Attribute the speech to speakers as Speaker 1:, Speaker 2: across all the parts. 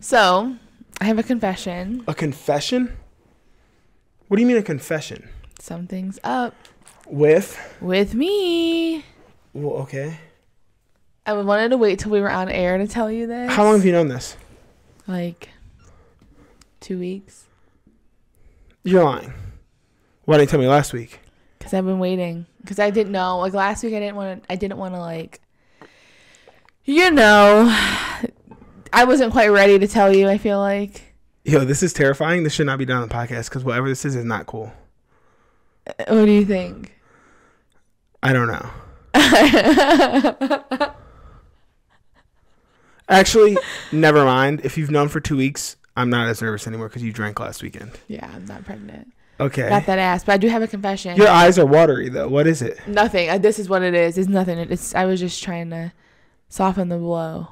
Speaker 1: So, I have a confession.
Speaker 2: A confession? What do you mean a confession?
Speaker 1: Something's up
Speaker 2: With?
Speaker 1: with me.
Speaker 2: Well, okay.
Speaker 1: I wanted to wait till we were on air to tell you this.
Speaker 2: How long have you known this?
Speaker 1: Like two weeks.
Speaker 2: You're lying. Why didn't you tell me last week?
Speaker 1: Cause I've been waiting. Cause I didn't know. Like last week, I didn't want to. I didn't want to like. You know, I wasn't quite ready to tell you. I feel like.
Speaker 2: Yo, this is terrifying. This should not be done on the podcast because whatever this is is not cool.
Speaker 1: Uh, What do you think?
Speaker 2: I don't know. Actually, never mind. If you've known for two weeks, I'm not as nervous anymore because you drank last weekend.
Speaker 1: Yeah, I'm not pregnant.
Speaker 2: Okay.
Speaker 1: Got that ass, but I do have a confession.
Speaker 2: Your eyes are watery though. What is it?
Speaker 1: Nothing. Uh, This is what it is. It's nothing. It's. I was just trying to soften the blow.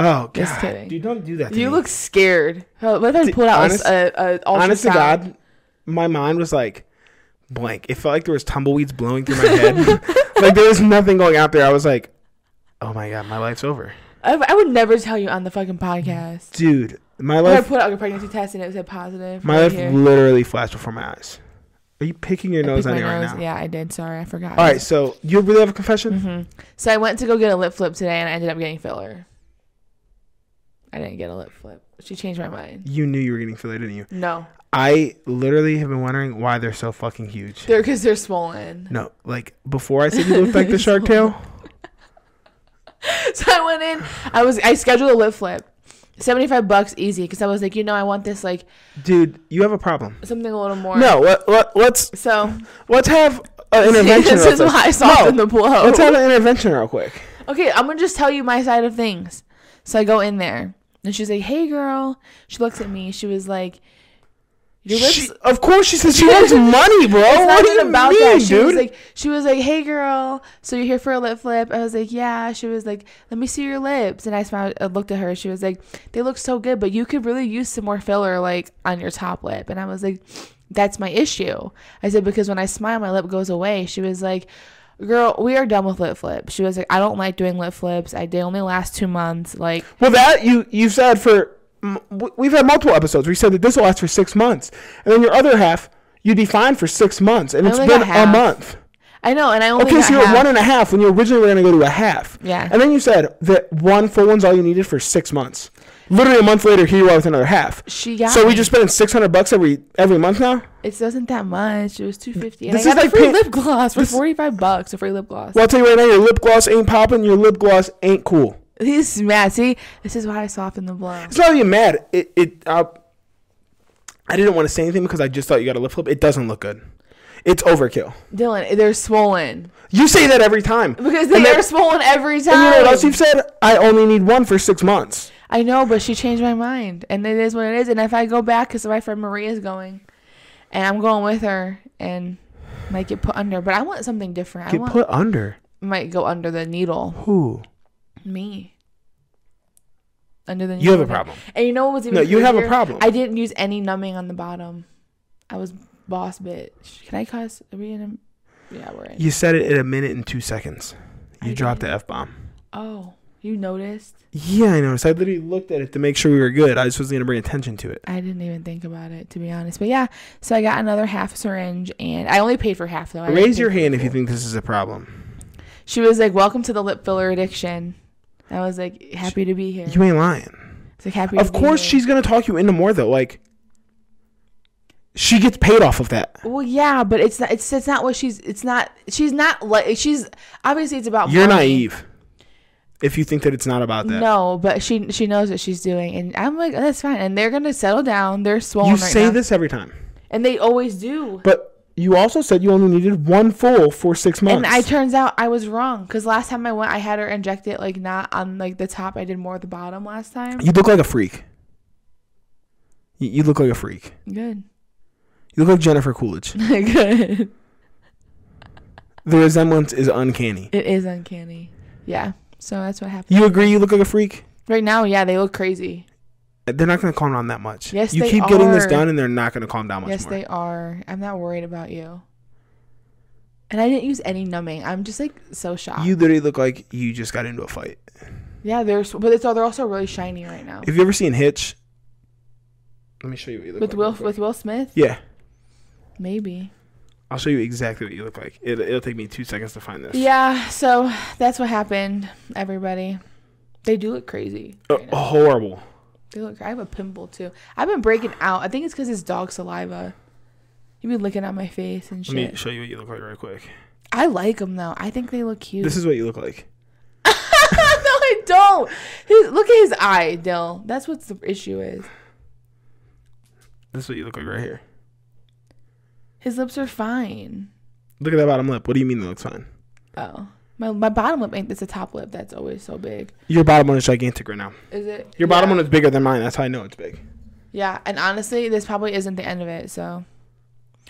Speaker 2: Oh god.
Speaker 1: Just kidding.
Speaker 2: Dude, don't do that. To
Speaker 1: You
Speaker 2: me.
Speaker 1: look scared. Oh, What if I
Speaker 2: D-
Speaker 1: pulled out
Speaker 2: honest-
Speaker 1: a, a, a
Speaker 2: honest to
Speaker 1: ultrasound?
Speaker 2: God. My mind was like blank. It felt like there was tumbleweeds blowing through my head. like there was nothing going out there. I was like, oh my god, my life's over,
Speaker 1: I, I would never tell you on the fucking podcast.
Speaker 2: dude. My
Speaker 1: What if
Speaker 2: life,
Speaker 1: I put out a pregnancy test and it said positive.
Speaker 2: my
Speaker 1: right
Speaker 2: life
Speaker 1: here?
Speaker 2: literally flashed before my eyes. Are you picking your
Speaker 1: I
Speaker 2: nose
Speaker 1: picked
Speaker 2: on
Speaker 1: my
Speaker 2: it right
Speaker 1: nose.
Speaker 2: now?
Speaker 1: Yeah, I did. Sorry, I forgot.
Speaker 2: All right, so you really have a confession?
Speaker 1: hmm So I went to go get a lip flip today, and I ended up getting filler. I didn't get a lip flip. She changed my mind.
Speaker 2: You knew you were getting filler, didn't you?
Speaker 1: No,
Speaker 2: I literally have been wondering why they're so fucking huge.
Speaker 1: they're because they're swollen.
Speaker 2: no, like before I said you looked like the shark tail.
Speaker 1: So I went in. I was I scheduled a lip flip, seventy five bucks easy, because I was like, you know, I want this like
Speaker 2: Dude, you have a problem.
Speaker 1: something a little more.
Speaker 2: No, let, let, let's
Speaker 1: So
Speaker 2: let's have an intervention.
Speaker 1: this
Speaker 2: real
Speaker 1: is
Speaker 2: quick.
Speaker 1: why I softened the blow.
Speaker 2: Let's have an intervention real quick.
Speaker 1: okay, I'm gonna just tell you my side of things. So I go in there, and she's like, "Hey, girl." She looks at me. She was like, "Your lips."
Speaker 2: She- of course, she said she wants money, bro.
Speaker 1: it's
Speaker 2: Oh, what
Speaker 1: not
Speaker 2: do you
Speaker 1: even about
Speaker 2: mean,
Speaker 1: that. She was
Speaker 2: dude?
Speaker 1: like, she was like, "Hey, girl, so you're here for a lip flip?" I was like, "Yeah." She was like, "Let me see your lips," and I smiled, I looked at her. She was like, "They look so good, but you could really use some more filler, like on your top lip." And I was like, "That's my issue." I said because when I smile, my lip goes away. She was like. Girl, we are done with lip flips. She was like, I don't like doing lip flips. I they only last two months. Like,
Speaker 2: well, that you you've said for m- w- we've had multiple episodes. where you said that this will last for six months, and then your other half you'd be fine for six months, and it's
Speaker 1: only got
Speaker 2: been a
Speaker 1: half.
Speaker 2: month.
Speaker 1: I know, and I only
Speaker 2: Okay,
Speaker 1: got
Speaker 2: so you're at
Speaker 1: half.
Speaker 2: one and a half when you originally were going to go to a half.
Speaker 1: Yeah.
Speaker 2: And then you said that one full one's all you needed for six months. Literally a month later, here you are with another half.
Speaker 1: She got
Speaker 2: So we
Speaker 1: me.
Speaker 2: just spending six hundred bucks every every month now.
Speaker 1: It wasn't that much. It was two fifty. And
Speaker 2: This
Speaker 1: I
Speaker 2: is
Speaker 1: got a
Speaker 2: like
Speaker 1: free
Speaker 2: pay-
Speaker 1: lip gloss for
Speaker 2: this-
Speaker 1: forty five bucks. A free lip gloss.
Speaker 2: Well, I'll tell you right now, your lip gloss ain't popping. Your lip gloss ain't cool.
Speaker 1: He's mad. See, this is why I soften the blow.
Speaker 2: It's not even mad. It it uh, I didn't want to say anything because I just thought you got a lip flip. It doesn't look good. It's overkill.
Speaker 1: Dylan, they're swollen
Speaker 2: You say that every time.
Speaker 1: because they
Speaker 2: And then-
Speaker 1: are swollen every time.
Speaker 2: And you know what else you've said? I only need one for six months.
Speaker 1: I know, but she changed my mind, and it is what it is. And if I go back, because my friend Maria's going, and I'm going with her, and might get put under. But I want something different. I
Speaker 2: Get
Speaker 1: want
Speaker 2: put under.
Speaker 1: might go under the needle.
Speaker 2: Who?
Speaker 1: Me. Under the
Speaker 2: You have a
Speaker 1: needle.
Speaker 2: problem.
Speaker 1: And you know what was even
Speaker 2: No, you have a
Speaker 1: crazier?
Speaker 2: problem.
Speaker 1: I didn't use any numbing on the bottom. I was boss bitch. Can I cuss? Are we in a Yeah, we're in.
Speaker 2: You said it in a minute and two seconds. You
Speaker 1: I
Speaker 2: dropped
Speaker 1: did.
Speaker 2: the f bomb.
Speaker 1: Oh, you noticed?
Speaker 2: Yeah, I noticed. I literally looked at it to make sure we were good. I just was gonna bring attention to it.
Speaker 1: I didn't even think about it to be honest. But yeah, so I got another half syringe and I only paid for half though. I didn't
Speaker 2: Raise
Speaker 1: pay
Speaker 2: your
Speaker 1: for the
Speaker 2: hand if
Speaker 1: full.
Speaker 2: you think this is a problem.
Speaker 1: She was like, "Welcome to the lip filler addiction." I was like, "Happy to be here."
Speaker 2: You ain't lying.
Speaker 1: It's like happy.
Speaker 2: Of
Speaker 1: to be
Speaker 2: course,
Speaker 1: here.
Speaker 2: she's gonna talk you into more though. Like, she gets paid off of that.
Speaker 1: Well, yeah, but it's not. It's it's not what she's. It's not. She's not like. She's obviously it's about.
Speaker 2: You're
Speaker 1: money.
Speaker 2: naive if you think that it's not about that.
Speaker 1: Um, No, but she she knows what she's doing, and I'm like, oh, that's fine. And they're gonna settle down. They're swollen
Speaker 2: you
Speaker 1: right
Speaker 2: say
Speaker 1: now,
Speaker 2: this every time,
Speaker 1: and they always do.
Speaker 2: but you also said you only needed one full for six months.
Speaker 1: And I turns out I was wrong because last time I went, I had her inject it like not on like the top. I did more at the bottom last time.
Speaker 2: you look like a freak. You, you look like a freak.
Speaker 1: Good,
Speaker 2: You look like Jennifer Coolidge.
Speaker 1: good.
Speaker 2: the resemblance is uncanny.
Speaker 1: It is uncanny. Yeah. So that's what happened.
Speaker 2: You agree? You look like a freak.
Speaker 1: Right now, yeah, they look crazy.
Speaker 2: They're not going to calm down that much.
Speaker 1: Yes,
Speaker 2: you
Speaker 1: they
Speaker 2: keep getting this
Speaker 1: are.
Speaker 2: done, and they're not going to calm down much
Speaker 1: yes,
Speaker 2: more.
Speaker 1: they are. I'm not worried about you. And I didn't use any numbing. I'm just like so shocked.
Speaker 2: you literally look like you just got into a fight.
Speaker 1: yeah, they're sw- but it's all they're also really shiny right now.
Speaker 2: Have you ever seen Hitch? Let me show you what you look
Speaker 1: with
Speaker 2: like.
Speaker 1: Will
Speaker 2: real quick.
Speaker 1: with Will Smith.
Speaker 2: Yeah.
Speaker 1: Maybe.
Speaker 2: I'll show you exactly what you look like. It, it'll take me two seconds to find this.
Speaker 1: Yeah. So that's what happened. Everybody, they do look crazy.
Speaker 2: Uh,
Speaker 1: right now.
Speaker 2: horrible.
Speaker 1: They look. I have a pimple too. I've been breaking out. I think it's because it's dog saliva. You be licking at my face and
Speaker 2: Let me
Speaker 1: shit.
Speaker 2: show you what you look like real quick.
Speaker 1: I like them though. I think they look cute.
Speaker 2: This is what you look like.
Speaker 1: no, I don't. His, look at his eye, Dill. That's what the issue is.
Speaker 2: This is what you look like right here.
Speaker 1: His lips are fine.
Speaker 2: Look at that bottom lip. What do you mean it looks fine?
Speaker 1: Oh, my my bottom lip ain't. It's a top lip that's always so big.
Speaker 2: Your bottom one is gigantic right now.
Speaker 1: Is it?
Speaker 2: Your bottom
Speaker 1: Yeah.
Speaker 2: one is bigger than mine. That's how I know it's big.
Speaker 1: Yeah, and honestly, this probably isn't the end of it. So,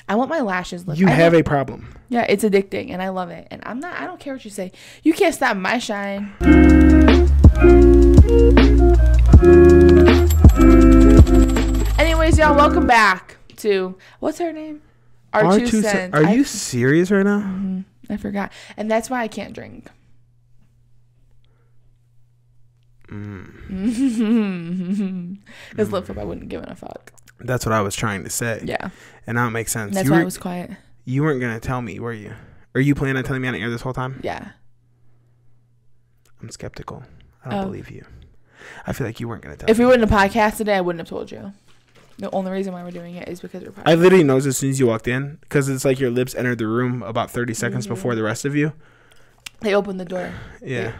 Speaker 1: I want my lashes. Look.
Speaker 2: You
Speaker 1: I
Speaker 2: have
Speaker 1: love-
Speaker 2: a problem.
Speaker 1: Yeah, it's addicting, and I love it. And I'm not. I don't care what you say. You can't stop my shine. Anyways, y'all, welcome back to what's her name? Our two
Speaker 2: R2 sen-
Speaker 1: cents.
Speaker 2: Are
Speaker 1: I-
Speaker 2: you serious right now?
Speaker 1: Mhm, I forgot, and that's why I can't drink.
Speaker 2: Mm.
Speaker 1: Because lip flip, I wouldn't give it a fuck.
Speaker 2: That's what I was trying to say.
Speaker 1: Yeah,
Speaker 2: And now it makes sense.
Speaker 1: that's
Speaker 2: you,
Speaker 1: why
Speaker 2: were,
Speaker 1: I was quiet.
Speaker 2: you weren't going to tell me, were you? Are you planning on telling me on air this whole time?
Speaker 1: Yeah.
Speaker 2: I'm skeptical. I don't
Speaker 1: Oh.
Speaker 2: believe you. I feel like you weren't going to tell
Speaker 1: If
Speaker 2: me.
Speaker 1: we wouldn't have podcasted today, I wouldn't have told you. The only reason why we're doing it is because we're podcasting.
Speaker 2: I literally noticed as soon as you walked in because it's like your lips entered the room about 30 seconds
Speaker 1: Mhm.
Speaker 2: before the rest of you.
Speaker 1: they opened the door,
Speaker 2: Yeah.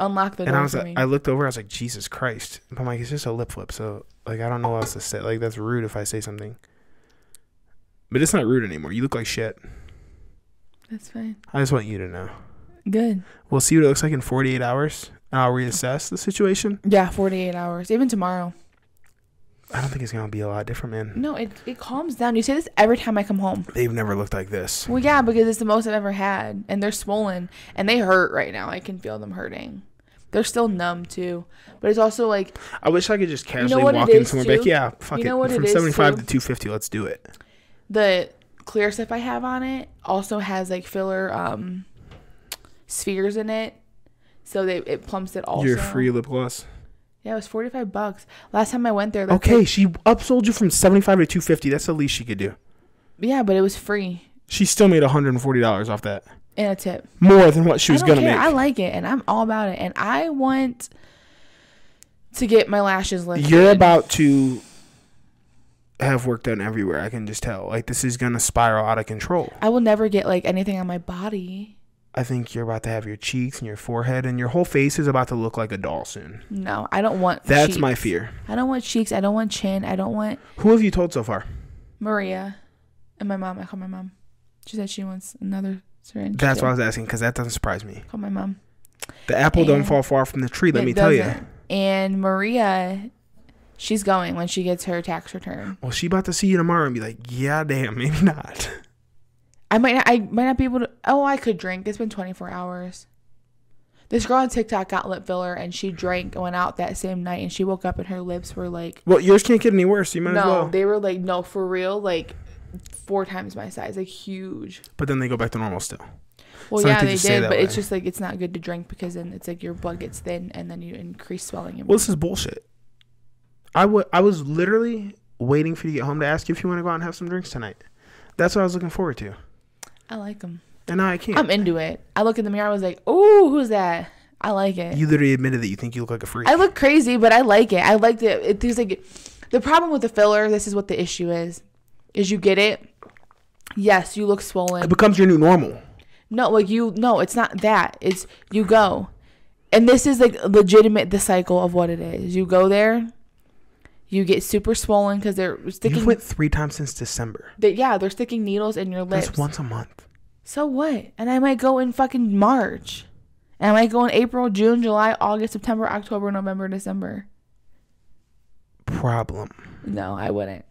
Speaker 1: unlocked the
Speaker 2: and
Speaker 1: door
Speaker 2: I was
Speaker 1: for
Speaker 2: like,
Speaker 1: me.
Speaker 2: I looked over, I was like, Jesus Christ. But I'm like, it's just a lip flip. So, like, I don't know what else to say. Like, that's rude if I say something. But it's not rude anymore. You look like shit.
Speaker 1: That's fine.
Speaker 2: I just want you to know.
Speaker 1: Good.
Speaker 2: We'll see what it looks like in 48 hours, and I'll reassess the situation.
Speaker 1: Yeah, 48 hours. Even tomorrow.
Speaker 2: I don't think it's going to be a lot different, man.
Speaker 1: No, it, it calms down. You say this every time I come home.
Speaker 2: They've never looked like this.
Speaker 1: Well, yeah, because it's the most I've ever had. And they're swollen. And they hurt right now. I can feel them hurting. They're still numb, too. But it's also like,
Speaker 2: I wish I could just casually
Speaker 1: what
Speaker 2: walk
Speaker 1: it
Speaker 2: in
Speaker 1: is,
Speaker 2: somewhere and be like,
Speaker 1: too?
Speaker 2: yeah, fuck
Speaker 1: You
Speaker 2: it.
Speaker 1: know what it
Speaker 2: From
Speaker 1: is,
Speaker 2: 75
Speaker 1: too?
Speaker 2: to 250, let's do it.
Speaker 1: the clear stuff I have on it also has like filler um spheres in it. So they it plumps it also.
Speaker 2: Your free lip gloss.
Speaker 1: Yeah, it was forty five bucks. Last time I went there. that's
Speaker 2: Okay,
Speaker 1: like-
Speaker 2: she upsold you from 75 to 250. That's the least she could do.
Speaker 1: yeah, but it was free
Speaker 2: She still made $140 off that.
Speaker 1: and a tip.
Speaker 2: More than what she was
Speaker 1: I don't
Speaker 2: going to
Speaker 1: care.
Speaker 2: make.
Speaker 1: I like it, and I'm all about it. And I want to get my lashes lifted.
Speaker 2: You're about to have work done everywhere. I can just tell. Like this is gonna spiral out of control.
Speaker 1: I will never get like anything on my body.
Speaker 2: I think you're about to have your cheeks and your forehead and your whole face is about to look like a doll soon.
Speaker 1: No, I don't want.
Speaker 2: That's
Speaker 1: cheeks.
Speaker 2: my fear.
Speaker 1: I don't want cheeks. I don't want chin. I don't want
Speaker 2: Who have you told so far?
Speaker 1: Maria and my mom. I call my mom. She said she wants another syringe.
Speaker 2: That's
Speaker 1: too.
Speaker 2: why I was asking because that doesn't surprise me.
Speaker 1: Call my mom.
Speaker 2: The apple don't
Speaker 1: And-
Speaker 2: fall far from the tree. Let
Speaker 1: It
Speaker 2: me tell you.
Speaker 1: doesn't. And Maria, she's going when she gets her tax return.
Speaker 2: Well, she about to see you tomorrow and be like, yeah, damn, maybe not.
Speaker 1: I might not, I might not be able to. Oh, I could drink. It's been 24 hours. This girl on TikTok got lip filler and she drank and went out that same night and she woke up and her lips were like
Speaker 2: Well, yours can't get any worse. You might as
Speaker 1: no,
Speaker 2: well.
Speaker 1: they were like no for real like four times my size, like huge.
Speaker 2: but then they go back to normal still.
Speaker 1: Well,
Speaker 2: Some
Speaker 1: yeah,
Speaker 2: kids
Speaker 1: they
Speaker 2: just say
Speaker 1: did,
Speaker 2: that
Speaker 1: but it's
Speaker 2: way.
Speaker 1: just like it's not good to drink because then it's like your blood gets thin and then you increase swelling. And
Speaker 2: Well, this is bullshit. I wa- I was literally waiting for you to get home to ask you if you want to go out and have some drinks tonight. That's what I was looking forward to.
Speaker 1: I like them.
Speaker 2: And now I can't.
Speaker 1: I'm into it. I look in the mirror. I was like, "Ooh, who's that? I like it."
Speaker 2: you literally admitted that you think you look like a freak.
Speaker 1: I look crazy, but I like it. I like it. It there's like the problem with the filler. This is what the issue is: is you get it. Yes, you look
Speaker 2: it
Speaker 1: swollen.
Speaker 2: becomes your new normal.
Speaker 1: No, like you. No, it's not that. It's you go, and this is like legitimate. The cycle of what it is. You go there, you get super swollen because they're
Speaker 2: You've
Speaker 1: sticking.
Speaker 2: went three times since December.
Speaker 1: they, yeah, they're sticking needles in your lips.
Speaker 2: That's once a month.
Speaker 1: So what? And I might go in fucking March. And I might go in April, June, July, August, September, October, November, December.
Speaker 2: Problem.
Speaker 1: No, I wouldn't.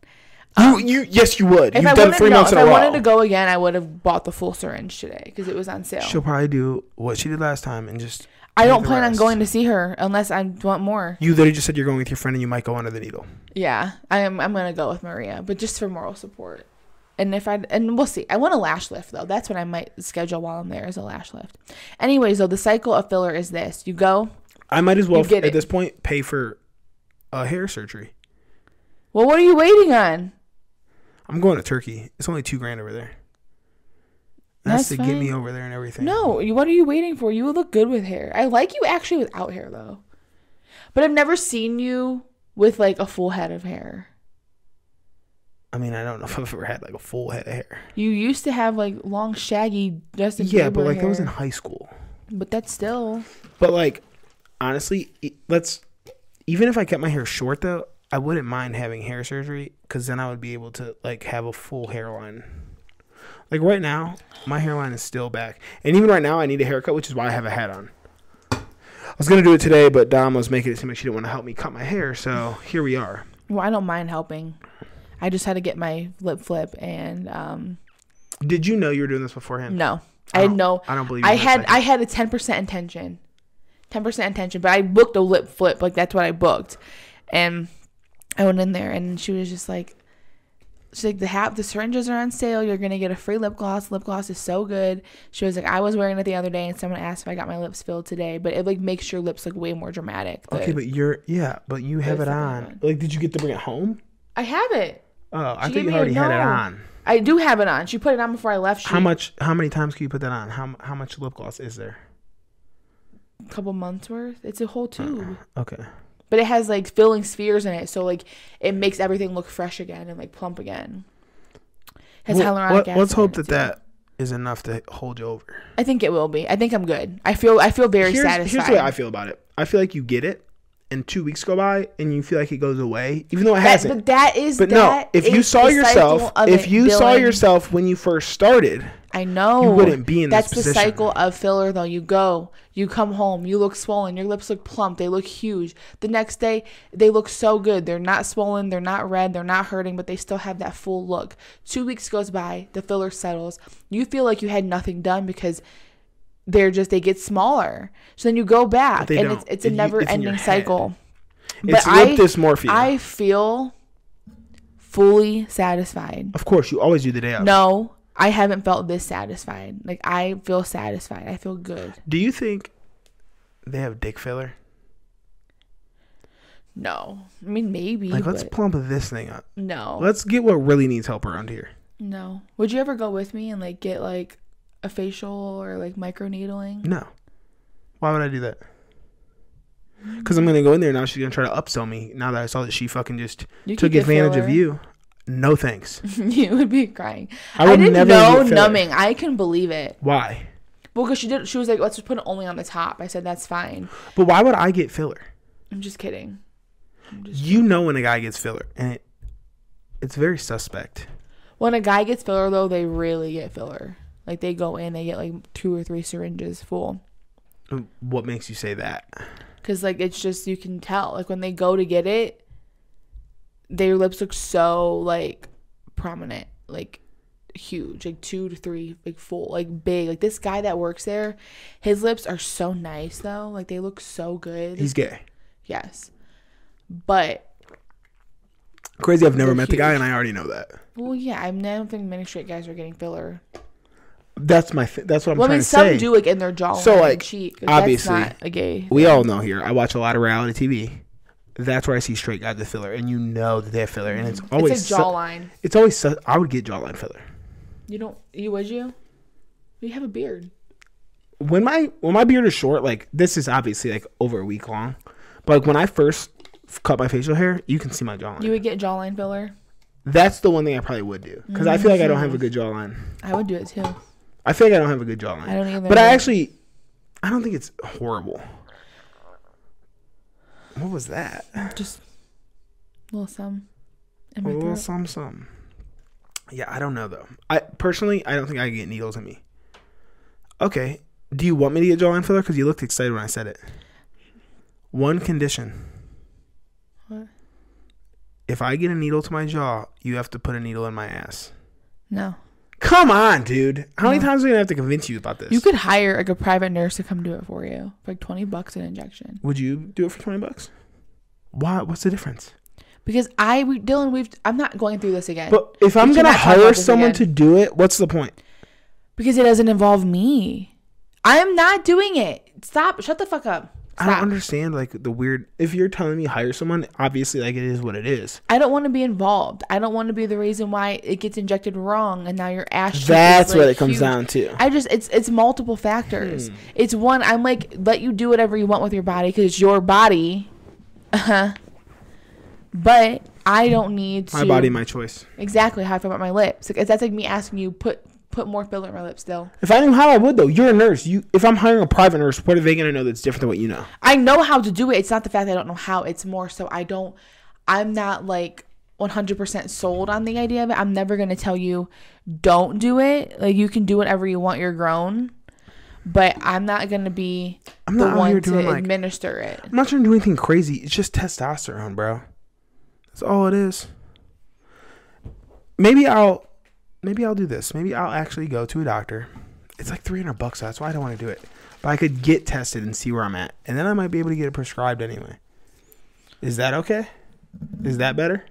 Speaker 2: You, you yes you would.
Speaker 1: Um, If
Speaker 2: You've
Speaker 1: I
Speaker 2: done
Speaker 1: wanted,
Speaker 2: three
Speaker 1: no,
Speaker 2: months
Speaker 1: if
Speaker 2: in a
Speaker 1: I
Speaker 2: row.
Speaker 1: wanted to go again, I would have bought the full syringe today because it was on sale.
Speaker 2: She'll probably do what she did last time and just.
Speaker 1: I
Speaker 2: take
Speaker 1: don't
Speaker 2: the
Speaker 1: plan on
Speaker 2: rest.
Speaker 1: going to see her unless I want more.
Speaker 2: You literally just said you're going with your friend and you might go under the needle.
Speaker 1: Yeah, I am. I'm gonna go with Maria, but just for moral support. And if I and we'll see. I want a lash lift though. That's what I might schedule while I'm there is a lash lift. Anyways, though, the cycle of filler is this: you go,
Speaker 2: I might as well
Speaker 1: You get
Speaker 2: at
Speaker 1: it.
Speaker 2: this point pay for a hair surgery.
Speaker 1: Well, what are you waiting on?
Speaker 2: I'm going to Turkey. It's only two grand over there.
Speaker 1: That's
Speaker 2: That's, to get
Speaker 1: fine.
Speaker 2: me over there and everything.
Speaker 1: No, you- what are you waiting for? You would look good with hair. I like you actually without hair though. But I've never seen you with like a full head of hair.
Speaker 2: I mean, I don't know if I've ever had like a full head of hair.
Speaker 1: You used to have like long, shaggy Justin
Speaker 2: Yeah, but
Speaker 1: Bieber
Speaker 2: like that was in
Speaker 1: hair.
Speaker 2: high school.
Speaker 1: But that's still
Speaker 2: But like, honestly, e- let's even if I kept my hair short though, I wouldn't mind having hair surgery because then I would be able to like have a full hairline. Like right now, my hairline is still back, and even right now, I need a haircut, which is why I have a hat on. I was gonna do it today, but Dom was making it seem like she didn't want to help me cut my hair, so here we are.
Speaker 1: well, I don't mind helping. I just had to get my lip flip and um
Speaker 2: Did you know you were doing this beforehand?
Speaker 1: no. I had
Speaker 2: don't-
Speaker 1: no
Speaker 2: I don't believe. you
Speaker 1: I
Speaker 2: for a
Speaker 1: had
Speaker 2: second.
Speaker 1: I had a ten percent intention, ten percent intention, but I booked a lip flip like that's what I booked, and I went in there and she was just like, she's like the hat the syringes are on sale. You're gonna get a free lip gloss. Lip gloss is so good. She was like, I was wearing it the other day and someone asked if I got my lips filled today, but it like makes your lips look way more dramatic.
Speaker 2: Okay, but you're yeah, but you have
Speaker 1: There's
Speaker 2: it
Speaker 1: the
Speaker 2: on.
Speaker 1: one.
Speaker 2: Like, did you get to bring it home?
Speaker 1: I have it.
Speaker 2: Oh, I
Speaker 1: She
Speaker 2: thought
Speaker 1: gave
Speaker 2: you
Speaker 1: me a
Speaker 2: already had it
Speaker 1: no.
Speaker 2: on.
Speaker 1: I do have it on. She put it on before I left. She,
Speaker 2: How much? How many times can you put that on? How how much lip gloss is there?
Speaker 1: A couple months worth. It's a whole
Speaker 2: Uh-uh.
Speaker 1: tube.
Speaker 2: Okay.
Speaker 1: But it has like filling spheres in it, so like it makes everything look fresh again and like plump again. Has
Speaker 2: Well,
Speaker 1: hyaluronic
Speaker 2: let-
Speaker 1: acid.
Speaker 2: Let's hope
Speaker 1: in it,
Speaker 2: that that is enough to hold you over.
Speaker 1: too. I think it will be. I think I'm good. I feel I feel very
Speaker 2: here's,
Speaker 1: satisfied.
Speaker 2: here's the way I feel about it. I feel like you get it, and two weeks go by, and you feel like it goes away, even though it
Speaker 1: That-
Speaker 2: hasn't.
Speaker 1: but that is
Speaker 2: But no,
Speaker 1: that
Speaker 2: if you
Speaker 1: is
Speaker 2: saw
Speaker 1: the
Speaker 2: yourself,
Speaker 1: cycle of
Speaker 2: if
Speaker 1: it
Speaker 2: you saw
Speaker 1: building-
Speaker 2: yourself when you first started,
Speaker 1: I know
Speaker 2: you wouldn't be in this
Speaker 1: that's the
Speaker 2: position.
Speaker 1: cycle of filler though. You go, you come home, you look swollen, your lips look plump, they look huge. The next day they look so good. They're not swollen, they're not red, they're not hurting, but they still have that full look. Two weeks goes by, the filler settles. You feel like you had nothing done because they're just they get smaller. So then you go back
Speaker 2: they
Speaker 1: and
Speaker 2: don't.
Speaker 1: it's it's a
Speaker 2: It- you-
Speaker 1: never
Speaker 2: it's in your
Speaker 1: ending
Speaker 2: head.
Speaker 1: cycle.
Speaker 2: It's
Speaker 1: I-
Speaker 2: lip dysmorphia.
Speaker 1: I feel fully satisfied.
Speaker 2: of course, you always do the day of.
Speaker 1: No, I haven't felt this satisfied. Like I feel satisfied. I feel good.
Speaker 2: Do you think they have dick filler?
Speaker 1: No, I mean maybe.
Speaker 2: Like, let's
Speaker 1: but
Speaker 2: plump this thing up.
Speaker 1: no,
Speaker 2: Let's get what really needs help around here.
Speaker 1: no. Would you ever go with me and like get like a facial or like microneedling?
Speaker 2: No. Why would I do that? Because I'm gonna go in there now. She's gonna try to upsell me. Now that I saw that she fucking just
Speaker 1: You could
Speaker 2: took
Speaker 1: get
Speaker 2: advantage of
Speaker 1: filler.
Speaker 2: you. No thanks.
Speaker 1: you would be crying.
Speaker 2: I
Speaker 1: I,
Speaker 2: would
Speaker 1: didn't
Speaker 2: never
Speaker 1: know
Speaker 2: get filler.
Speaker 1: numbing. I can believe it.
Speaker 2: Why?
Speaker 1: Well, because she did. She was like, "Let's just put it only on the top." I said, "That's fine."
Speaker 2: But why would I get filler?
Speaker 1: I'm just kidding.
Speaker 2: You know when a guy gets filler, and it, it's very suspect.
Speaker 1: When a guy gets filler, though, they really get filler. Like they go in, they get like two or three syringes full.
Speaker 2: What makes you say that?
Speaker 1: Cause like it's just you can tell like when they go to get it, their lips look so like prominent, like huge, like two to three, like full, like big. Like this guy that works there, his lips are so nice though. Like they look so good.
Speaker 2: He's gay.
Speaker 1: yes, but
Speaker 2: Crazy. I've never
Speaker 1: They're
Speaker 2: met the guy,
Speaker 1: huge.
Speaker 2: and I already know that.
Speaker 1: well, yeah, I, mean, I don't think many straight guys are getting filler.
Speaker 2: That's my. Th- that's what I'm
Speaker 1: Well, I
Speaker 2: trying
Speaker 1: mean,
Speaker 2: to
Speaker 1: some
Speaker 2: say.
Speaker 1: do like in their jaw,
Speaker 2: So,
Speaker 1: and
Speaker 2: like,
Speaker 1: cheek. Like,
Speaker 2: obviously,
Speaker 1: that's not a gay.
Speaker 2: we all know here. I watch a lot of reality TV. That's where I see straight guys with filler, and you know that they have filler, and it's always
Speaker 1: It's a
Speaker 2: su-
Speaker 1: jawline.
Speaker 2: It's always su- I would get jawline filler.
Speaker 1: You don't. You would you? You have a beard.
Speaker 2: When my when my beard is short, like this is obviously like over a week long, but like when I first f- cut my facial hair, you can see my jawline.
Speaker 1: You would get jawline filler.
Speaker 2: That's the one thing I probably would do because I feel like I don't have a good jawline.
Speaker 1: I would do it too.
Speaker 2: I feel like I don't have a good jawline.
Speaker 1: I don't either.
Speaker 2: But I actually, I don't think it's horrible. What was that?
Speaker 1: just a little some in
Speaker 2: A
Speaker 1: my
Speaker 2: little
Speaker 1: throat.
Speaker 2: some some. Yeah, I don't know though. I personally, I don't think I could get needles in me. Okay, do you want me to get jawline filler? Because you looked excited when I said it. One condition.
Speaker 1: What?
Speaker 2: If I get a needle to my jaw, you have to put a needle in my ass.
Speaker 1: No,
Speaker 2: Come on, dude. How many times are we gonna have to convince you about this?
Speaker 1: you could hire like a private nurse to come do it for you for like twenty bucks an injection.
Speaker 2: Would you do it for twenty bucks? Why? What's the difference?
Speaker 1: Because I, we, Dylan, we've I'm not going through this again
Speaker 2: But if I'm gonna
Speaker 1: cannot talk about
Speaker 2: hire
Speaker 1: this
Speaker 2: someone to
Speaker 1: again.
Speaker 2: do it, what's the point?
Speaker 1: because it doesn't involve me. I'm not doing it. Stop. Shut the fuck up.
Speaker 2: I don't
Speaker 1: Stop.
Speaker 2: understand like the weird. If you're telling me hire someone, obviously like it is what it is.
Speaker 1: I don't want to be involved. I don't want to be the reason why it gets injected wrong and now your ass. cheek is,
Speaker 2: That's
Speaker 1: like,
Speaker 2: what it comes
Speaker 1: huge.
Speaker 2: down to.
Speaker 1: I just it's it's multiple factors.
Speaker 2: Hmm.
Speaker 1: It's one I'm like let you do whatever you want with your body because it's your body. Uh-huh. But I don't need to
Speaker 2: My body, my choice.
Speaker 1: exactly how I feel about my lips. Like that's like me asking you put put more filler in my lips. Still,
Speaker 2: If I knew how, I would though. You're a nurse. You, if I'm hiring a private nurse, what are they gonna know that's different than what you know?
Speaker 1: I know how to do it. It's not the fact that I don't know how. It's more so I don't. I'm not like 100% sold on the idea of it. I'm never gonna tell you don't do it. Like you can do whatever you want. You're grown. But I'm not gonna be
Speaker 2: I'm
Speaker 1: the
Speaker 2: not out here
Speaker 1: one to
Speaker 2: doing like.
Speaker 1: administer it.
Speaker 2: I'm not trying to do anything crazy. It's just testosterone, bro. That's all it is. Maybe I'll, maybe I'll do this. Maybe I'll actually go to a doctor. It's like 300 bucks. That's why I don't want to do it. But I could get tested and see where I'm at, and then I might be able to get it prescribed anyway. Is that okay? Is that better?